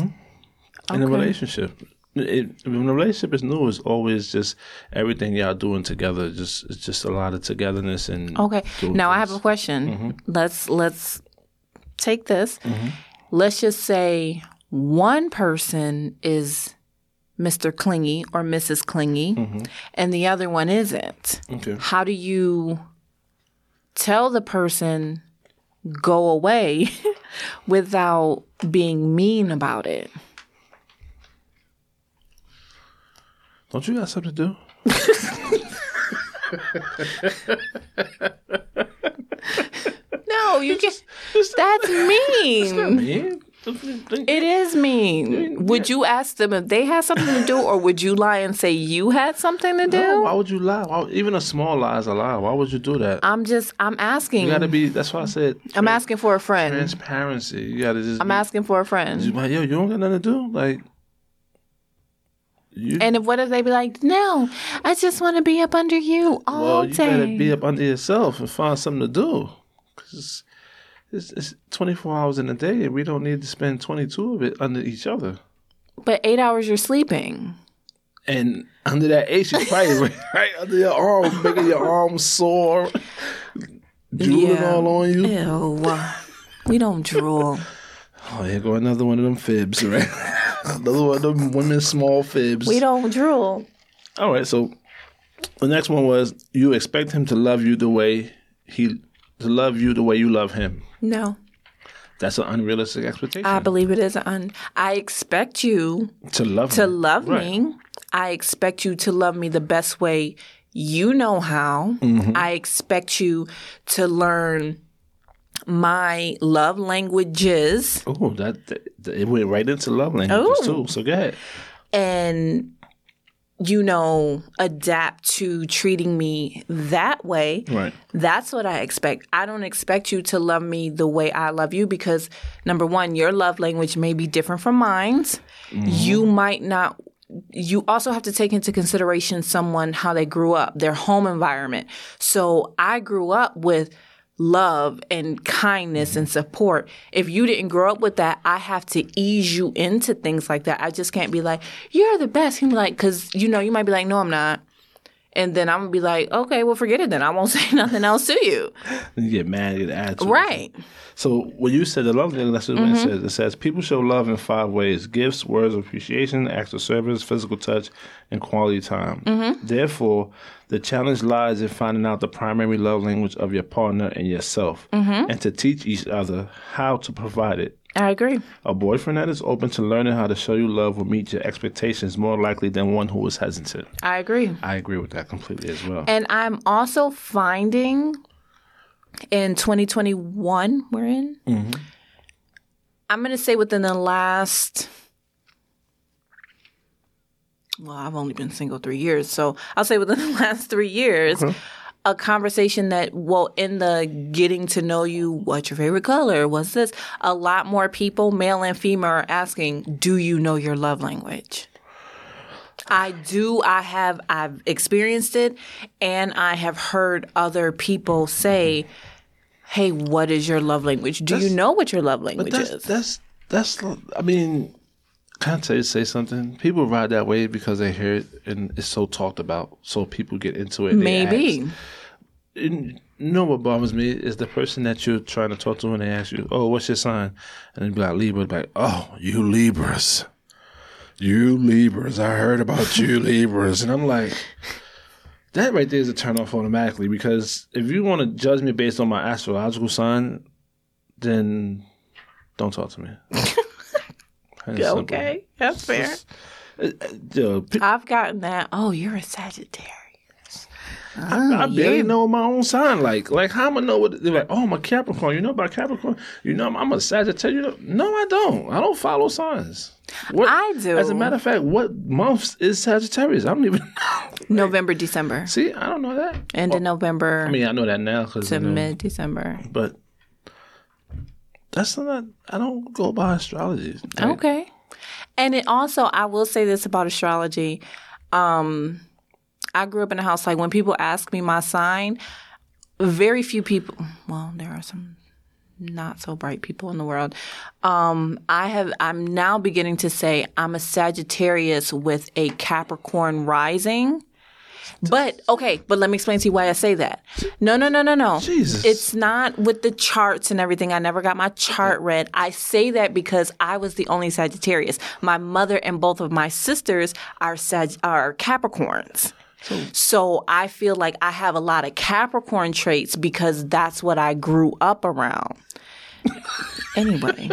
Speaker 2: in a relationship. It, when a relationship is new, it's always just everything y'all doing together. Just it's just a lot of togetherness and
Speaker 1: Okay.
Speaker 2: doing
Speaker 1: Now I
Speaker 2: things.
Speaker 1: have a question. Let's let's take this. Let's just say one person is Mr. Clingy or Mrs. Clingy and the other one isn't.
Speaker 2: Okay.
Speaker 1: How do you tell the person go away (laughs) without being mean about it?
Speaker 2: Don't you got something to do?
Speaker 1: (laughs) No, you (laughs) just that's mean.
Speaker 2: Man,
Speaker 1: It is mean. Would you ask them if they had something to do, or would you lie and say you had something to do?
Speaker 2: no, why would you lie? Why, even a small lie is a lie. Why would you do that?
Speaker 1: I'm just I'm asking.
Speaker 2: You gotta be. That's why I said
Speaker 1: Um, I'm asking for a friend.
Speaker 2: transparency. You gotta just.
Speaker 1: I'm asking for a friend.
Speaker 2: like, yo, you don't got nothing to do. Like, you.
Speaker 1: And if what if they be like, no, I just want to be up under you all
Speaker 2: well, you
Speaker 1: day.
Speaker 2: gotta be up under yourself and find something to do. Cause it's, it's, it's 24 hours in a day, and we don't need to spend 22 of it under each other.
Speaker 1: but eight hours you're sleeping.
Speaker 2: And under that ace, you probably (laughs) right, under your arm, making your arm sore, drooling
Speaker 1: Yeah.
Speaker 2: all on you.
Speaker 1: Ew, we don't drool.
Speaker 2: Oh, here go another one of them fibs, right? (laughs) another one of them women's small fibs.
Speaker 1: We don't drool.
Speaker 2: All right, so the next one was you expect him to love you the way he to love you the way you love him.
Speaker 1: No,
Speaker 2: That's an unrealistic expectation.
Speaker 1: I believe it is un. I expect you
Speaker 2: to love
Speaker 1: to
Speaker 2: him.
Speaker 1: love
Speaker 2: Right.
Speaker 1: me. I expect you to love me the best way you know how. I expect you to learn my love languages
Speaker 2: Oh, that, that- it went right into love languages too. So go ahead.
Speaker 1: and you know adapt to treating me that way.
Speaker 2: Right.
Speaker 1: That's what I expect. I don't expect you to love me the way I love you because number 1, your love language may be different from mine. You might not you also have to take into consideration someone how they grew up, their home environment. So I grew up with love and kindness and support. If you didn't grow up with that, I have to ease you into things like that. I just can't be like, "You're the best." And be like, "Cause you know, you might be like, no, I'm not." And then I'm gonna be like, okay, well, forget it then. I won't (laughs) say nothing else to you.
Speaker 2: Then you get mad, you get attitude.
Speaker 1: Right.
Speaker 2: So when you said the love language, that's what it says. It says people show love in five ways: gifts, words of appreciation, acts of service, physical touch, and quality time. Therefore, the challenge lies in finding out the primary love language of your partner and yourself, and to teach each other how to provide it.
Speaker 1: I agree.
Speaker 2: A boyfriend that is open to learning how to show you love will meet your expectations more likely than one who is hesitant.
Speaker 1: I agree.
Speaker 2: I agree with that completely as well.
Speaker 1: And I'm also finding in 2021, we're in, I'm going to say within the last, well, I've only been single three years. So I'll say within (laughs) the last three years, a conversation that, well, in the getting to know you, what's your favorite color? What's this? A lot more people, male and female, are asking, do you know your love language? I do. I have. I've experienced it, and I have heard other people say, "Hey, what is your love language? Do you know what your love language
Speaker 2: That's,
Speaker 1: is?"
Speaker 2: that's that's I mean, can I tell you say something? People ride that wave because they hear it and it's so talked about, so people get into it. and they
Speaker 1: Maybe.
Speaker 2: ask. And you know what bothers me is the person that you're trying to talk to and they ask you, "Oh, what's your sign?" And they be like Libra, be like, "Oh, you Libras." You Libras, I heard about you Libras, and I'm like, that right there is a turn off automatically because if you want to judge me based on my astrological sign, then don't talk to me. Plain and simple. Uh,
Speaker 1: Okay, that's fair.
Speaker 2: Yo, pe-
Speaker 1: I've gotten that. Oh, you're a Sagittarius.
Speaker 2: I, I barely know my own sign. Like, like how am I know what they're like? Oh, I'm a Capricorn. You know about Capricorn? You know I'm, I'm a Sagittarius. No, I don't. I don't follow signs. What,
Speaker 1: I do.
Speaker 2: As a matter of fact, what months is Sagittarius? I don't even (laughs)
Speaker 1: November, December,
Speaker 2: see. I don't know that.
Speaker 1: end of November
Speaker 2: I mean, I know that now because
Speaker 1: to mid December.
Speaker 2: but that's not. I don't go by astrology. (laughs) Like,
Speaker 1: Okay. And it also, I will say this about astrology. Um, I grew up in a house like when people ask me my sign, very few people. Well, there are some not so bright people in the world. Um, I have. I'm now beginning to say I'm a Sagittarius with a Capricorn rising. But okay, but let me explain to you why I say that. No, no, no, no, no.
Speaker 2: Jesus.
Speaker 1: It's not with the charts and everything. I never got my chart read. I say that because I was the only Sagittarius. My mother and both of my sisters are Sag- are Capricorns. So I feel like I have a lot of Capricorn traits because that's what I grew up around. anyway,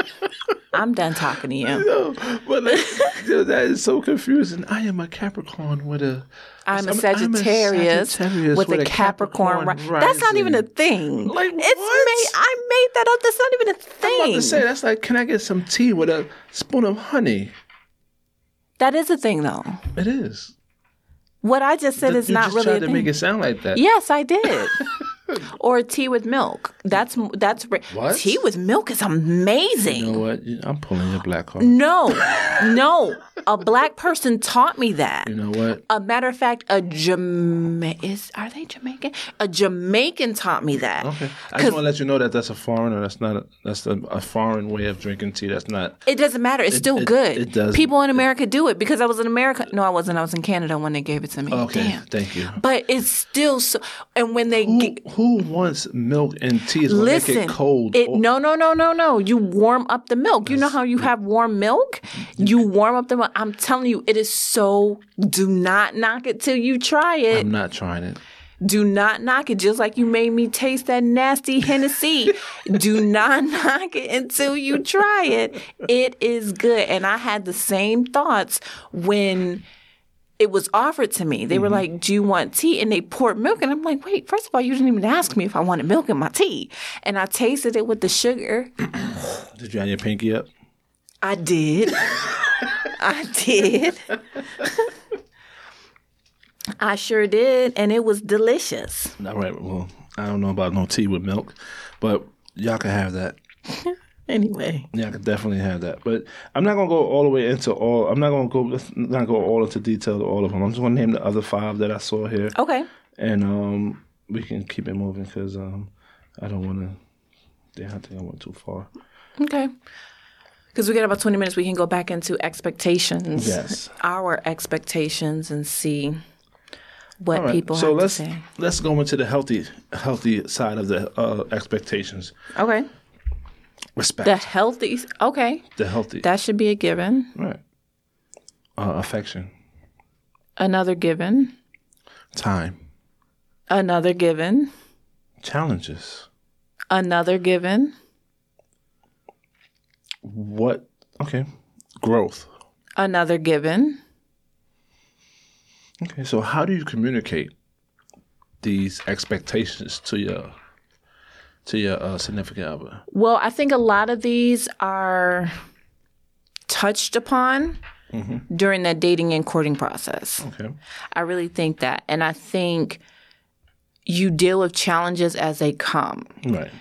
Speaker 1: I'm done talking to you.
Speaker 2: No, but like, yo, that is so confusing. I am a Capricorn with a.
Speaker 1: I'm a Sagittarius,
Speaker 2: Sagittarius
Speaker 1: with, a Capricorn. ri- that's not even a
Speaker 2: rising.
Speaker 1: thing.
Speaker 2: Like,
Speaker 1: it's
Speaker 2: what?
Speaker 1: made. I made that up. That's not even a thing.
Speaker 2: I'm about to say that's like, can I get some tea with a spoon of honey?
Speaker 1: that is a thing, though.
Speaker 2: It is.
Speaker 1: What I just said is
Speaker 2: you
Speaker 1: not
Speaker 2: just
Speaker 1: really
Speaker 2: tried
Speaker 1: a
Speaker 2: to
Speaker 1: thing.
Speaker 2: make it sound like that.
Speaker 1: Yes, I
Speaker 2: (laughs)
Speaker 1: did. or tea with milk. That's that's ra-
Speaker 2: What?
Speaker 1: tea with milk is amazing.
Speaker 2: You know what? You- I'm pulling your black card.
Speaker 1: No, no. A black person taught me that.
Speaker 2: You know what?
Speaker 1: A matter of fact, a Jama is are they Jamaican? A Jamaican taught me that.
Speaker 2: Okay. I just want to let you know that that's a foreigner. That's not. A, that's a, a foreign way of drinking tea. That's not.
Speaker 1: It doesn't matter. It's still
Speaker 2: it-
Speaker 1: good.
Speaker 2: it doesn't.
Speaker 1: People in America do it because I was in America. No, I wasn't. I was in Canada when they gave it to me.
Speaker 2: Okay.
Speaker 1: Damn.
Speaker 2: Thank you.
Speaker 1: But it's still so. And when they
Speaker 2: Who,
Speaker 1: get,
Speaker 2: who wants milk and tea? Is gonna
Speaker 1: listen,
Speaker 2: make it cold. Oh.
Speaker 1: it-
Speaker 2: or-
Speaker 1: no, no, no, no, no. You warm up the milk. You know how you have warm milk. You warm up the milk. I'm telling you, it is so. Do not knock it till you try it.
Speaker 2: I'm not trying it.
Speaker 1: Do not knock it, just like you made me taste that nasty Hennessy. Do not (laughs) knock it until you try it. It is good. And I had the same thoughts when it was offered to me. They were like, Do you want tea? And they poured milk. And I'm like, Wait, first of all, you didn't even ask me if I wanted milk in my tea. And I tasted it with the sugar.
Speaker 2: Did you have your pinky up?
Speaker 1: I did. I did. (laughs) I sure did. And it was delicious.
Speaker 2: All right. Well, I don't know about no tea with milk, but y'all can have that.
Speaker 1: Anyway.
Speaker 2: Yeah, I could definitely have that. But I'm not gonna go all the way into all. I'm not gonna go let's not go all into detail to all of them. I'm just gonna name the other five that I saw here,
Speaker 1: Okay.
Speaker 2: and um, we can keep it moving because um, I don't want to. Damn, I think I went too far.
Speaker 1: Okay. Because we got about 20 minutes, we can go back into expectations.
Speaker 2: Yes.
Speaker 1: Our expectations and see what
Speaker 2: All right.
Speaker 1: people
Speaker 2: so
Speaker 1: have
Speaker 2: let's
Speaker 1: to say.
Speaker 2: let's go into the healthy healthy side of the uh, expectations.
Speaker 1: Okay.
Speaker 2: Respect
Speaker 1: The healthy, okay.
Speaker 2: the healthy.
Speaker 1: That should be a given.
Speaker 2: right. Uh, affection,
Speaker 1: Another given.
Speaker 2: time,
Speaker 1: Another given.
Speaker 2: challenges.
Speaker 1: Another given.
Speaker 2: What? Okay. Growth.
Speaker 1: Another given.
Speaker 2: Okay, so how do you communicate these expectations to your to your uh, significant other?
Speaker 1: Well, I think a lot of these are touched upon
Speaker 2: Mm-hmm.
Speaker 1: during the dating and courting process.
Speaker 2: Okay.
Speaker 1: I really think that. And I think you deal with challenges as they come.
Speaker 2: Right.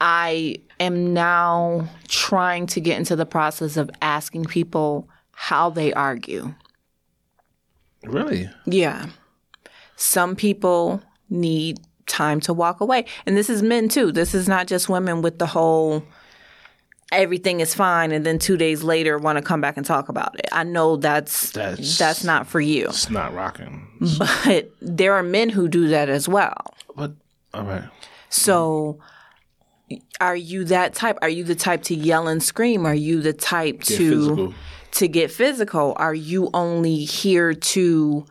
Speaker 1: I am now trying to get into the process of asking people how they argue.
Speaker 2: Really?
Speaker 1: Yeah. Some people need time to walk away. And this is men too. This is not just women with the whole everything is fine and then 2 days later want to come back and talk about it. I know that's
Speaker 2: That's-
Speaker 1: that's, not for you.
Speaker 2: It's not rocking.
Speaker 1: But there are men who do that as well.
Speaker 2: But all right. Mm-hmm.
Speaker 1: So are you that type? Are you the type to yell and scream? Are you the type
Speaker 2: Get
Speaker 1: to
Speaker 2: physical.
Speaker 1: to get physical? Are you only here to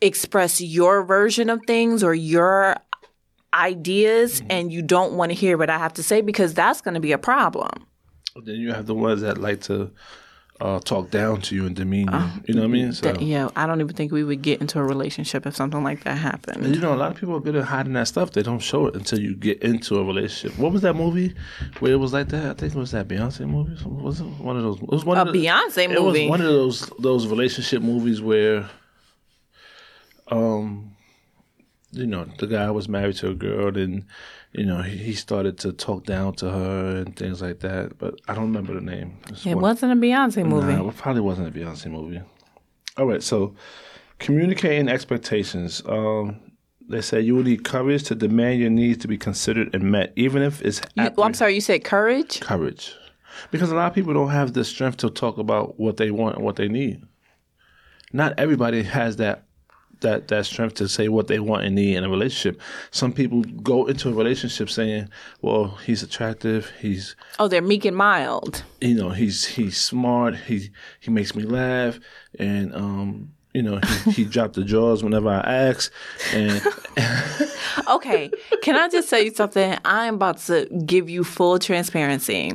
Speaker 1: express your version of things or your ideas
Speaker 2: Mm-hmm.
Speaker 1: and you don't want to hear what I have to say because that's going to be a problem.
Speaker 2: Then you have the ones that like to uh, talk down to you and demean you. you know what I mean? So
Speaker 1: Uh, That- yeah, I don't even think we would get into a relationship if something like that happened.
Speaker 2: And you know, a lot of people are good at hiding that stuff. They don't show it until you get into a relationship. What was that movie where it was like that? I think it was that Beyonce movie. or something. Was it one of those? It was one
Speaker 1: A
Speaker 2: of the,
Speaker 1: Beyonce
Speaker 2: It
Speaker 1: movie?
Speaker 2: was one of those those relationship movies where, um, you know, the guy was married to a girl, and you know he, he started to talk down to her and things like that. But I don't remember the name. It's
Speaker 1: It
Speaker 2: one-
Speaker 1: wasn't a Beyonce movie.
Speaker 2: Nah, it probably wasn't a Beyonce movie. All right, so communicating expectations. Um, they say you will need courage to demand your needs to be considered and met, even if it's
Speaker 1: You-
Speaker 2: appreh-
Speaker 1: well, I'm sorry, you said courage?
Speaker 2: courage, because a lot of people don't have the strength to talk about what they want and what they need. Not everybody has that that that strength to say what they want and need in a relationship. Some people go into a relationship saying, "Well, he's attractive, he's
Speaker 1: Oh, they're meek and mild.
Speaker 2: you know he's he's smart he he makes me laugh and um you know
Speaker 1: (laughs)
Speaker 2: he, he dropped the jaws whenever i ask and
Speaker 1: Okay, can I just tell you something? I am about to give you full transparency.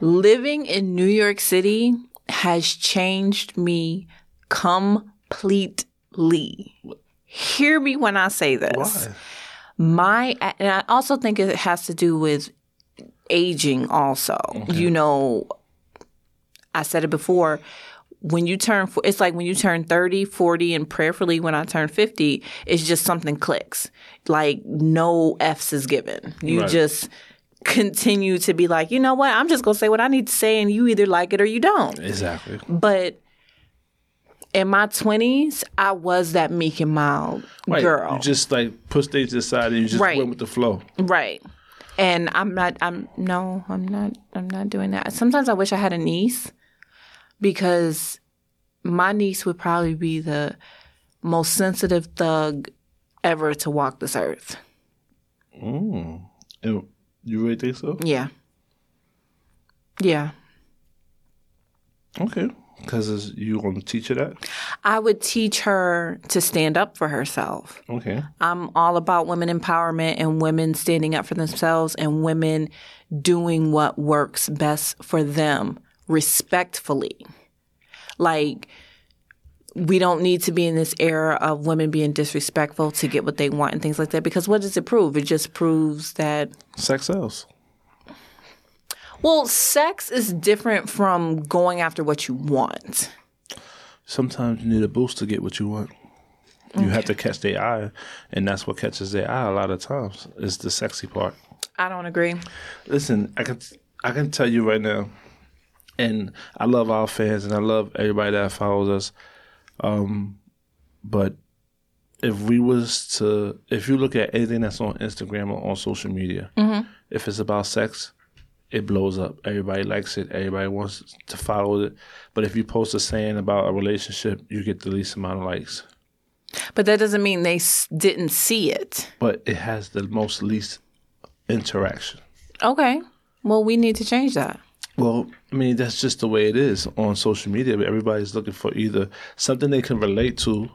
Speaker 1: Living in New York City has changed me completely. Hear me when I say this. my and i also think it has to do with aging also
Speaker 2: Mm-hmm.
Speaker 1: you know i said it before when you turn fo- it's like when you turn 30 40 and prayerfully when i turn 50 it's just something clicks like no f's is given you
Speaker 2: Right.
Speaker 1: just continue to be like you know what i'm just going to say what i need to say and you either like it or you don't
Speaker 2: exactly
Speaker 1: but in my 20s i was that meek and mild
Speaker 2: right.
Speaker 1: girl
Speaker 2: you just like push things to the side and you just
Speaker 1: Right.
Speaker 2: went with the flow
Speaker 1: Right. And I'm not I'm no, I'm not I'm not doing that. Sometimes I wish I had a niece because my niece would probably be the most sensitive thug ever to walk this earth.
Speaker 2: and you really think so
Speaker 1: Yeah. Yeah.
Speaker 2: okay because you want to teach her that
Speaker 1: I would teach her to stand up for herself.
Speaker 2: okay
Speaker 1: I'm all about women empowerment and women standing up for themselves and women doing what works best for them respectfully. Like, we don't need to be in this era of women being disrespectful to get what they want and things like that because what does it prove? It just proves that,
Speaker 2: sex sells
Speaker 1: well, sex is different from going after what you want.
Speaker 2: sometimes you need a boost to get what you want you have to catch their eye, and that's what catches their eye a lot of times. Is the sexy part.
Speaker 1: I don't agree.
Speaker 2: Listen, I can I can tell you right now, and I love our fans and I love everybody that follows us. Um, but if we was to, if you look at anything that's on Instagram or on social media, if it's about sex, it blows up. Everybody likes it. Everybody wants to follow it. But if you post a saying about a relationship, you get the least amount of likes.
Speaker 1: But that doesn't mean they s- didn't see it.
Speaker 2: But it has the most least interaction.
Speaker 1: Okay. Well, we need to change that.
Speaker 2: Well, I mean, that's just the way it is on social media. Everybody's looking for either something they can relate to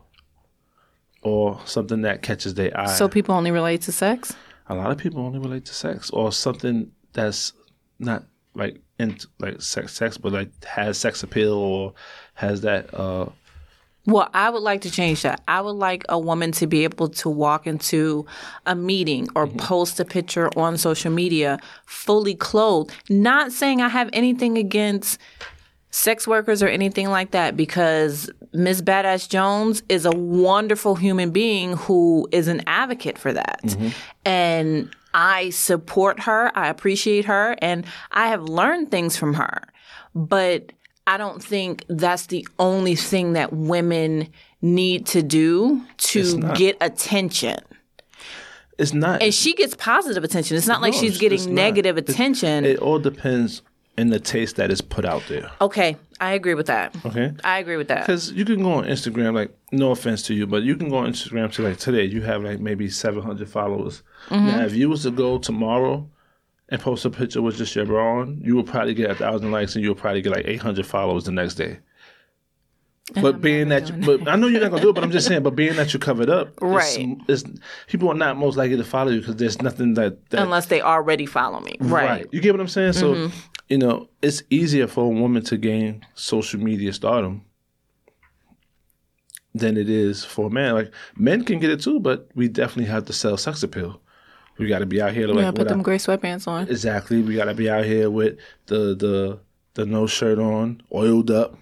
Speaker 2: or something that catches their eye.
Speaker 1: So people only relate to sex?
Speaker 2: a lot of people only relate to sex or something that's not like in like sex sex but like has sex appeal or has that uh
Speaker 1: Well, I would like to change that. I would like a woman to be able to walk into a meeting or post a picture on social media fully clothed. Not saying I have anything against sex workers or anything like that because Ms. Badass Jones is a wonderful human being who is an advocate for that.
Speaker 2: Mm-hmm.
Speaker 1: And I support her, I appreciate her, and I have learned things from her. But I don't think that's the only thing that women need to do to get attention.
Speaker 2: it's not
Speaker 1: And she gets positive attention. It's not like
Speaker 2: No,
Speaker 1: she's
Speaker 2: it's- it's
Speaker 1: getting
Speaker 2: not.
Speaker 1: negative
Speaker 2: It's-
Speaker 1: attention.
Speaker 2: it all depends in the taste that is put out there.
Speaker 1: okay, I agree with that.
Speaker 2: Okay?
Speaker 1: I agree with that.
Speaker 2: Because you can go on Instagram, like, no offense to you, but you can go on Instagram to like today, you have like maybe 700 followers. Now, if you was to go tomorrow and post a picture with just your bra on, you would probably get a thousand likes and you'll probably get like 800 followers the next day. But being that, you, but I know you're not gonna do it, but I'm just saying. But being that you covered up, it's-
Speaker 1: Right.
Speaker 2: It's, people are not most likely to follow you because there's nothing that, that
Speaker 1: Unless they already follow me. Right. Mm-hmm.
Speaker 2: You get what I'm saying? So you know, it's easier for a woman to gain social media stardom than it is for a man. Like men can get it too, but we definitely have to sell sex appeal. We got to be out here like
Speaker 1: yeah, put
Speaker 2: what I-
Speaker 1: them gray sweatpants on.
Speaker 2: Exactly. We gotta be out here with the the the no shirt on, oiled up.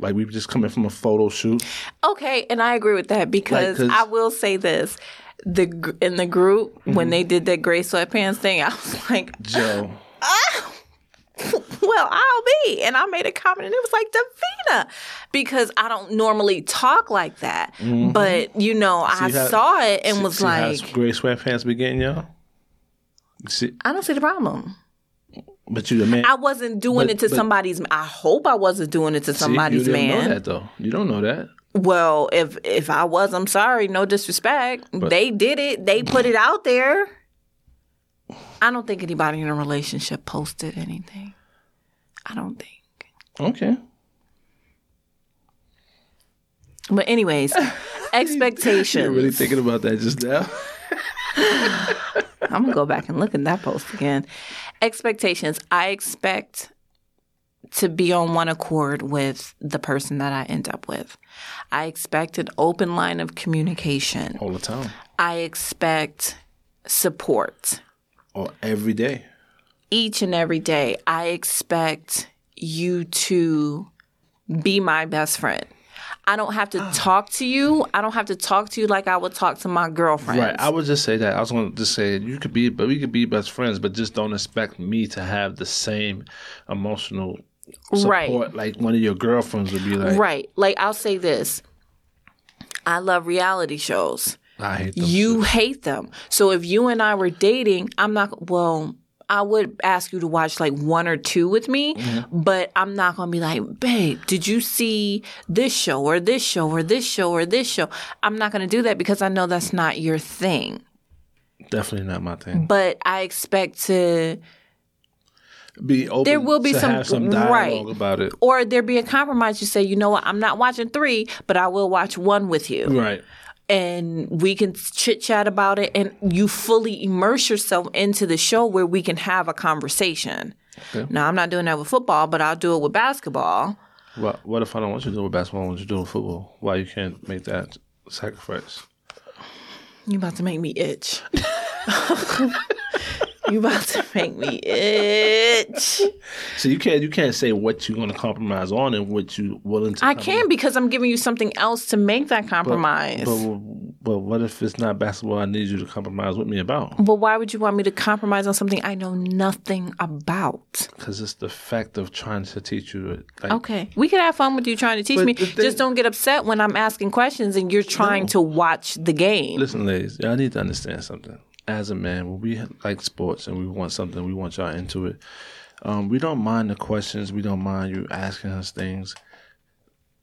Speaker 2: Like we just coming from a
Speaker 1: (sighs)
Speaker 2: photo shoot.
Speaker 1: Okay, and I agree with that because
Speaker 2: 'cause-
Speaker 1: I will say this: the gr- in the group
Speaker 2: Mhm.
Speaker 1: when they did that gray sweatpants thing, I was (laughs) like,
Speaker 2: Joe.
Speaker 1: well, I'll be. And I made a comment and it was like, Davina, because I don't normally talk like that.
Speaker 2: Mm-hmm.
Speaker 1: But, you know, I
Speaker 2: how-
Speaker 1: saw it and was
Speaker 2: see
Speaker 1: like,
Speaker 2: how gray sweatpants be getting y'all? See,
Speaker 1: I don't see the problem.
Speaker 2: but you the man.
Speaker 1: I wasn't doing
Speaker 2: But-
Speaker 1: it to
Speaker 2: but-
Speaker 1: somebody's I hope I wasn't doing it to
Speaker 2: See,
Speaker 1: somebody's
Speaker 2: you didn't know
Speaker 1: man.
Speaker 2: that though. You don't know that.
Speaker 1: Well, if if I was, I'm sorry, no disrespect. they did it. They put it out there. I don't think anybody in a relationship posted anything. I don't think.
Speaker 2: Okay.
Speaker 1: But anyways,
Speaker 2: You're
Speaker 1: expectations.
Speaker 2: really thinking about that just now.
Speaker 1: I'm gonna go back and look at that post again. Expectations. I expect to be on one accord with the person that I end up with. I expect an open line of communication.
Speaker 2: (laughs) All the time.
Speaker 1: I expect support
Speaker 2: Or every day.
Speaker 1: each and every day. I expect you to be my best friend. I don't have to talk to you. I don't have to talk to you like I would talk to my girlfriend.
Speaker 2: Right. I would just say that. I was going to just say you could be, but we could be best friends, but just don't expect me to have the same emotional support
Speaker 1: Right.
Speaker 2: like one of your girlfriends would be like.
Speaker 1: Right. Like I'll say this. I love reality shows.
Speaker 2: I hate them.
Speaker 1: You hate them. So if you and I were dating, I'm not well, I would ask you to watch like one or two with me,
Speaker 2: Mm-hmm.
Speaker 1: but I'm not going to be like, "Babe, did you see this show or this show or this show or this show?" I'm not going to do that because I know that's not your thing.
Speaker 2: Definitely not my thing.
Speaker 1: But I expect to
Speaker 2: Mm. Be open.
Speaker 1: There will be
Speaker 2: to
Speaker 1: some-
Speaker 2: have some
Speaker 1: right.
Speaker 2: dialogue about it.
Speaker 1: or there be a compromise. You say, you know what? I'm not watching three, but I will watch one with you.
Speaker 2: Right.
Speaker 1: and we can chit chat about it and you fully immerse yourself into the show where we can have a conversation. Now I'm not doing that with football, but I'll do it with basketball.
Speaker 2: What What if I don't want you to do with basketball? I want you to do with football? Why you can't make that sacrifice?
Speaker 1: You about to make me (laughs) itch. you about to make me itch.
Speaker 2: So you can't you can't say what you're going to compromise on and what you willing to.
Speaker 1: I
Speaker 2: compromise.
Speaker 1: can because I'm giving you something else to make that compromise.
Speaker 2: But,
Speaker 1: But,
Speaker 2: but what if it's not basketball? I need you to compromise with me about.
Speaker 1: why would you want me to compromise on something I know nothing about?
Speaker 2: Because it's the fact of trying to teach you. it. Like,
Speaker 1: Okay. We could have fun with you trying to teach
Speaker 2: But
Speaker 1: me.
Speaker 2: the thing-
Speaker 1: Just don't get upset when I'm asking questions and you're trying to watch the game.
Speaker 2: Listen, ladies, y'all need to understand something. As a man, when we like sports and we want something, we want y'all into it. Um, we don't mind the questions. We don't mind you asking us things.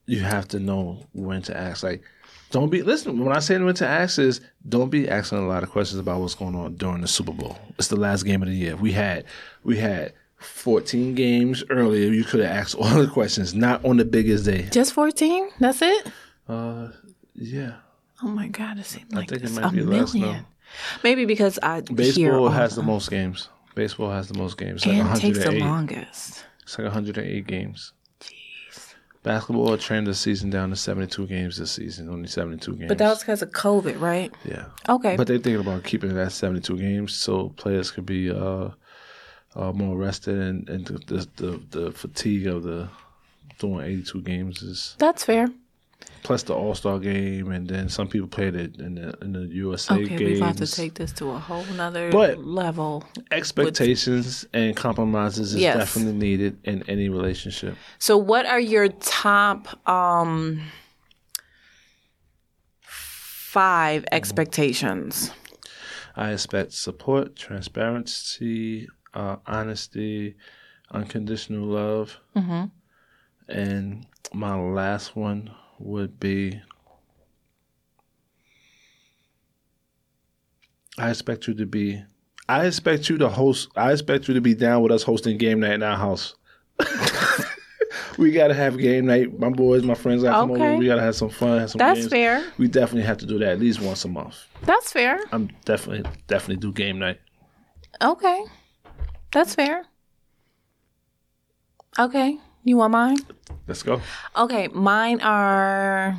Speaker 2: You have to know when to ask. Like, don't be listen. When I say when to ask is don't be asking a lot of questions about what's going on during the Super Bowl. It's the last game of the year. We had we had fourteen games earlier. You could have asked (laughs) all the questions, not on the biggest day.
Speaker 1: Just 14? That's it?
Speaker 2: Uh, yeah.
Speaker 1: Oh my God, it seemed like
Speaker 2: think it
Speaker 1: it's
Speaker 2: might
Speaker 1: a
Speaker 2: be less now.
Speaker 1: million. Maybe because I hear
Speaker 2: Baseball
Speaker 1: all-
Speaker 2: has the most games. Baseball has the most games. It's like
Speaker 1: uh-huh. and takes the
Speaker 2: 108.
Speaker 1: longest.
Speaker 2: It's like 108 games. Jeez. Basketball trimmed the season down to 72 games this season. Only 72 games.
Speaker 1: But that was because of COVID, right?
Speaker 2: yeah.
Speaker 1: Okay.
Speaker 2: But they're thinking about keeping it at 72 games so players could be uh, uh, more rested and, and the, the the fatigue of the doing 82 games is
Speaker 1: That's fair.
Speaker 2: plus the All Star game and then some people played it in the in the USA
Speaker 1: Okay,
Speaker 2: games.
Speaker 1: we're about to take this to a whole nother
Speaker 2: But-
Speaker 1: level.
Speaker 2: Expectations and compromises is
Speaker 1: Yes.
Speaker 2: definitely needed in any relationship.
Speaker 1: So, what are your top um, five expectations?
Speaker 2: I expect support, transparency, uh, honesty, unconditional love.
Speaker 1: Mm-hmm.
Speaker 2: And my last one would be I expect you to be, I expect you to host, I expect you to be down with us hosting game night in our house. (laughs) we got to have game night. My boys, my friends, I come
Speaker 1: Okay.
Speaker 2: over. We got to have some fun, have some
Speaker 1: That's
Speaker 2: games.
Speaker 1: fair.
Speaker 2: We definitely have to do that at least once a month.
Speaker 1: That's fair.
Speaker 2: I'm definitely definitely do game night.
Speaker 1: Okay. That's fair. Okay. You want mine?
Speaker 2: Let's go.
Speaker 1: Okay. Mine are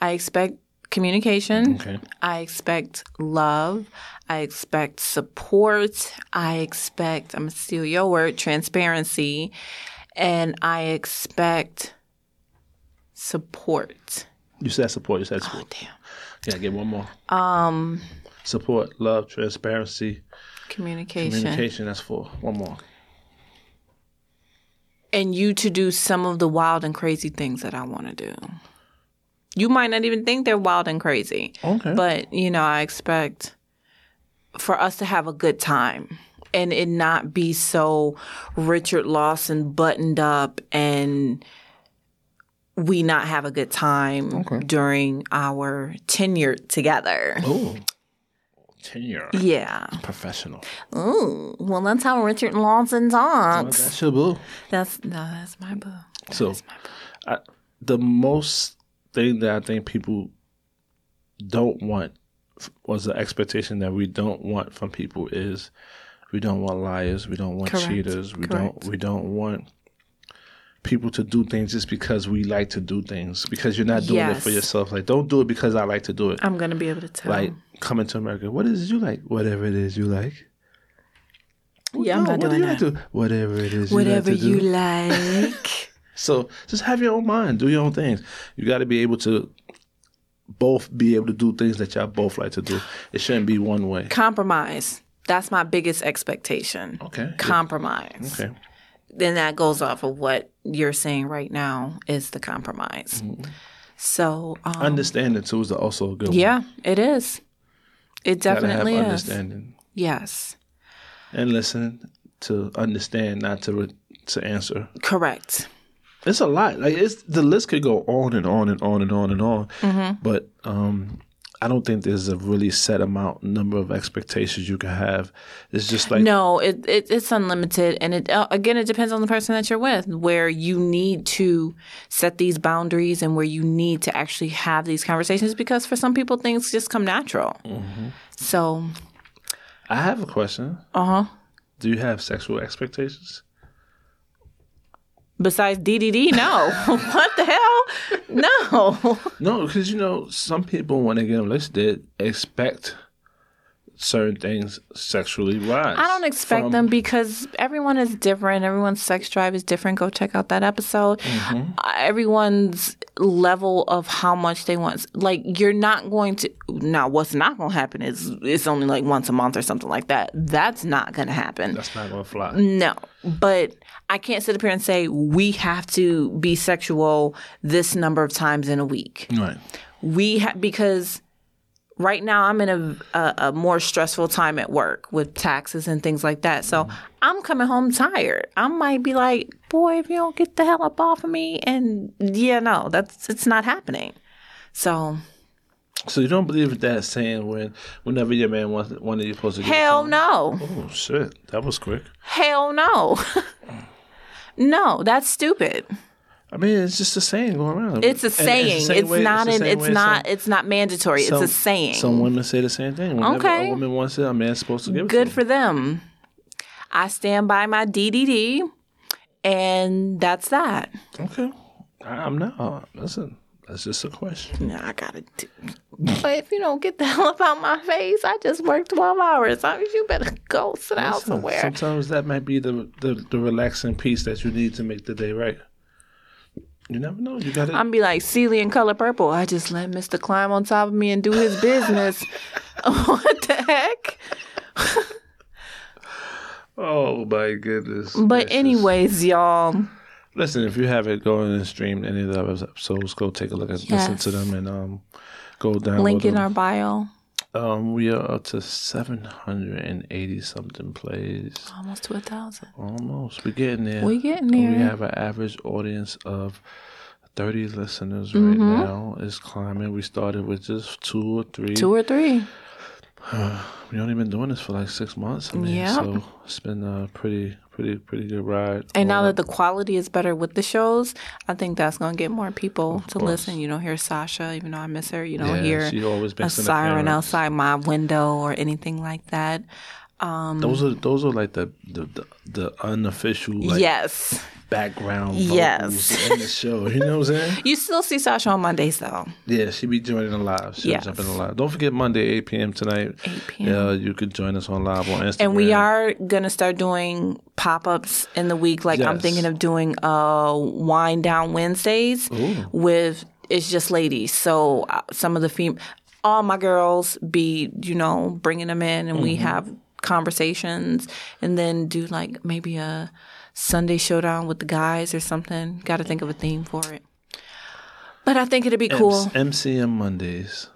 Speaker 1: I expect communication.
Speaker 2: Okay.
Speaker 1: I expect love. I expect support. I expect, I'm going to steal your word, transparency. And I expect support.
Speaker 2: You said support. You said support.
Speaker 1: Damn.
Speaker 2: Yeah, get one more. Um, support, love, transparency,
Speaker 1: Communication.
Speaker 2: communication. That's four. One more.
Speaker 1: And you to do some of the wild and crazy things that I want to do. You might not even think they're wild and crazy.
Speaker 2: Okay.
Speaker 1: But, you know, I expect for us to have a good time and it not be so Richard Lawson buttoned up and we not have a good time during our tenure together.
Speaker 2: oh, tenure,
Speaker 1: Yeah.
Speaker 2: professional.
Speaker 1: Ooh. Well, that's how Richard Lawson talks.
Speaker 2: That's your boo.
Speaker 1: That's no, that's my boo.
Speaker 2: So, I, the most thing that I think people don't want f- was the expectation that we don't want from people is we don't want liars, we don't want
Speaker 1: Correct.
Speaker 2: cheaters, we
Speaker 1: Correct.
Speaker 2: don't we don't want people to do things just because we like to do things because you're not doing it for
Speaker 1: Yes. Um,
Speaker 2: yourself. Like, don't do it because I like to do it.
Speaker 1: I'm gonna be able to tell.
Speaker 2: like coming to America, what is it you like? Whatever it is you like.
Speaker 1: yeah, I'm not
Speaker 2: No, what do
Speaker 1: doing
Speaker 2: you
Speaker 1: that.
Speaker 2: Like to, whatever it is
Speaker 1: Whatever
Speaker 2: you like to do. (laughs)
Speaker 1: you like.
Speaker 2: So just have your own mind, do your own things. You got to be able to both be able to do things that y'all both like to do. It shouldn't be one way.
Speaker 1: Compromise. That's my biggest expectation.
Speaker 2: Okay.
Speaker 1: Compromise.
Speaker 2: Okay.
Speaker 1: Then that goes off of what you're saying right now is the compromise. So um,
Speaker 2: Understanding too is also a good one.
Speaker 1: yeah, it is. It
Speaker 2: Gotta have
Speaker 1: definitely is.
Speaker 2: understanding
Speaker 1: Yes.
Speaker 2: and listen to understand, not to re- to answer.
Speaker 1: Correct.
Speaker 2: It's a lot. Like it's the list could go on and on and on and on and on.
Speaker 1: Mm-hmm.
Speaker 2: But um, I don't think there's a really set amount number of expectations you can have. It's just like
Speaker 1: No, it, it it's unlimited, and it uh, again it depends on the person that you're with. Where you need to set these boundaries, and where you need to actually have these conversations, because for some people things just come natural. So,
Speaker 2: I have a question.
Speaker 1: uh huh.
Speaker 2: Do you have sexual expectations?
Speaker 1: Besides DDD, no. (laughs) what the hell? No.
Speaker 2: No, because you know some people when they get enlisted they expect certain things sexually wise.
Speaker 1: I don't expect them because everyone is different. Everyone's sex drive is different. Go check out that episode. Uh, Everyone's level of how much they want. Like you're not going to now. What's not going to happen is it's only like once a month or something like that. That's not going to happen.
Speaker 2: That's not gonna fly.
Speaker 1: No, but I can't sit up here and say we have to be sexual this number of times in a week.
Speaker 2: Right.
Speaker 1: we ha- because right now I'm in a, a a more stressful time at work with taxes and things like that. So
Speaker 2: Mm-hmm.
Speaker 1: I'm coming home tired. I might be like, boy, if you don't get the hell up off of me, and yeah, no, that's it's not happening. So
Speaker 2: So you don't believe that saying when whenever your man wants one of you supposed to get
Speaker 1: hell no,
Speaker 2: Oh shit, that was quick.
Speaker 1: hell no, (laughs) no, that's stupid.
Speaker 2: I mean, it's just a saying going around.
Speaker 1: It's a
Speaker 2: And
Speaker 1: saying.
Speaker 2: the
Speaker 1: It's,
Speaker 2: same way-
Speaker 1: not
Speaker 2: the
Speaker 1: an.
Speaker 2: same
Speaker 1: It's
Speaker 2: way
Speaker 1: not.
Speaker 2: some-
Speaker 1: it's not mandatory.
Speaker 2: some-
Speaker 1: it's a saying.
Speaker 2: Some women say the same thing. Whenever
Speaker 1: Okay.
Speaker 2: a woman wants it, a man's supposed to give it.
Speaker 1: good
Speaker 2: to
Speaker 1: for them. I stand by my DDD, and that's that.
Speaker 2: them. Okay. I- I'm not. Listen, that's just a question.
Speaker 1: No, I gotta do. But if you don't get the (laughs) hell up out my face, I just worked twelve hours. I mean, you better go sit down
Speaker 2: Listen,
Speaker 1: somewhere.
Speaker 2: Sometimes that might be the, the the relaxing piece that you need to make the day right. You never know. You got it.
Speaker 1: I'm be like Celie in Color Purple. I just let Mister climb on top of me and do his (laughs) business. what the heck?
Speaker 2: Oh my goodness.
Speaker 1: But
Speaker 2: gracious.
Speaker 1: anyways, y'all.
Speaker 2: listen. If you haven't gone and streamed any of the other episodes, go take a look and listen to them, and um, go download
Speaker 1: Link in
Speaker 2: them.
Speaker 1: our bio.
Speaker 2: um, we are up to seven hundred and eighty something plays.
Speaker 1: Almost to a thousand.
Speaker 2: Almost. We're getting there.
Speaker 1: We getting
Speaker 2: And We
Speaker 1: there.
Speaker 2: have an average audience of 30 listeners right now. It's climbing. We started with just two or three.
Speaker 1: Mm-hmm. Two or three.
Speaker 2: We only been doing this for like six months. I mean,
Speaker 1: Yeah.
Speaker 2: So it's been a pretty, pretty, pretty good ride.
Speaker 1: And now that the quality is better with the shows, I think that's going to get more people to
Speaker 2: course.
Speaker 1: listen. You don't hear Sasha, even though I miss her. You don't
Speaker 2: Yeah,
Speaker 1: hear
Speaker 2: she always
Speaker 1: a
Speaker 2: makes an
Speaker 1: siren
Speaker 2: appearance.
Speaker 1: outside my window or anything like that.
Speaker 2: those are those are like the the the, the unofficial. Like,
Speaker 1: yes.
Speaker 2: background
Speaker 1: Yes.
Speaker 2: vocals in the show. You know what I'm
Speaker 1: (laughs)
Speaker 2: saying?
Speaker 1: You still see Sasha on Mondays though.
Speaker 2: Yeah, she be joining the live. She'll
Speaker 1: Yes.
Speaker 2: jump in the live. Don't forget Monday, 8 p.m. tonight.
Speaker 1: 8 p.m..
Speaker 2: Yeah, you could join us on live on Instagram.
Speaker 1: And we are gonna start doing pop ups in the week. Like I'm
Speaker 2: Yes.
Speaker 1: thinking of doing uh wind down Wednesdays with it's just ladies. So uh, some of the fem- all my girls be you know bringing them in, and we
Speaker 2: Mm-hmm.
Speaker 1: have conversations, and then do like maybe a Sunday showdown with the guys or something. Got to think of a theme for it. But I think it'd be cool.
Speaker 2: MCM Mondays.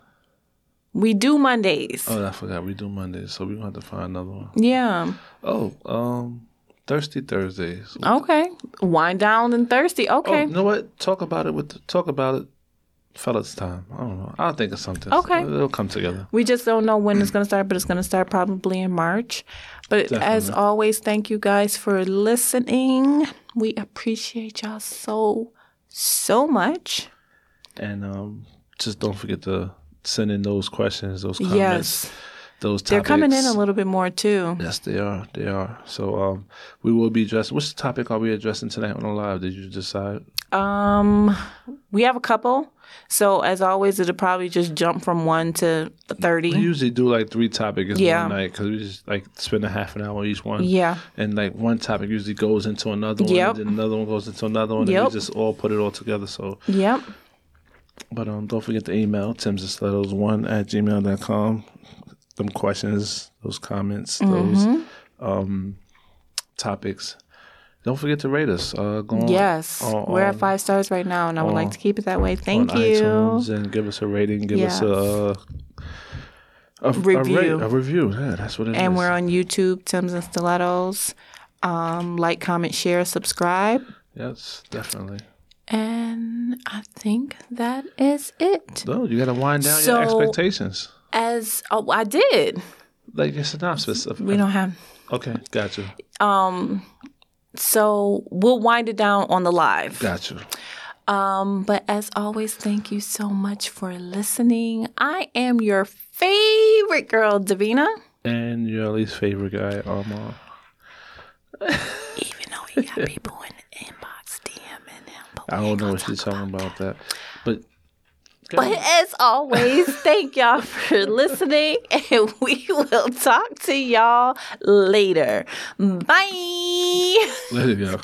Speaker 1: We do Mondays.
Speaker 2: Oh, I forgot. We do Mondays, so we're going to have to find another one.
Speaker 1: yeah.
Speaker 2: Oh, um, Thirsty Thursdays.
Speaker 1: Okay. Wind down and thirsty.
Speaker 2: Oh,
Speaker 1: Okay.
Speaker 2: you know what? Talk about it with the, talk about it, fellas. Time. I don't know. I'll think of something.
Speaker 1: Okay.
Speaker 2: it'll come together.
Speaker 1: We just don't know when it's going to start, but it's going to start probably in March. But as always, thank you guys for listening. We appreciate y'all so, so much.
Speaker 2: And um, just don't forget to send in those questions, those comments,
Speaker 1: Yes.
Speaker 2: those topics.
Speaker 1: They're coming in a little bit more too.
Speaker 2: Yes, they are. They are. So um, we will be addressing. Which topic are we addressing tonight on the live? Did you decide?
Speaker 1: Um, we have a couple. So as always, it'll probably just jump from one to 30.
Speaker 2: We usually do like three topics
Speaker 1: Yeah.
Speaker 2: in one night because we just like spend a half an hour on each one.
Speaker 1: Yeah.
Speaker 2: And like one topic usually goes into another one,
Speaker 1: Yep.
Speaker 2: and then another one goes into another one, and
Speaker 1: Yep.
Speaker 2: we just all put it all together. So,
Speaker 1: Yep.
Speaker 2: but um, don't forget the email timsandstilettos1 at gmail.com. Them questions, those comments, those um,
Speaker 1: Mm-hmm.
Speaker 2: topics. Don't forget to rate us. Uh, go on,
Speaker 1: Yes.
Speaker 2: on-
Speaker 1: We're
Speaker 2: on-
Speaker 1: at five stars right now, and I would like to keep it that way. Thank
Speaker 2: on
Speaker 1: you.
Speaker 2: iTunes and give us a rating. Give us
Speaker 1: Yes.
Speaker 2: a, a a
Speaker 1: Review.
Speaker 2: ra- A, review. Yeah, that's what it is.
Speaker 1: And we're on YouTube, Tims and Stilettos. Um, like, comment, share, subscribe.
Speaker 2: yes, definitely.
Speaker 1: And I think that is it.
Speaker 2: No, you got to wind down your
Speaker 1: So-
Speaker 2: expectations,
Speaker 1: As oh, I did,
Speaker 2: like your synopsis of.
Speaker 1: we don't have.
Speaker 2: okay, got you,
Speaker 1: So we'll wind it down on the live.
Speaker 2: got you.
Speaker 1: Um, but as always, thank you so much for listening. I am your favorite girl, Davina.
Speaker 2: And your least favorite guy, Armand.
Speaker 1: Even though we got people in the inbox DMing him, but
Speaker 2: I don't know what you're talking about that, but
Speaker 1: But as always, thank y'all for listening, and (laughs) we will talk to y'all later. Bye.
Speaker 2: there you go.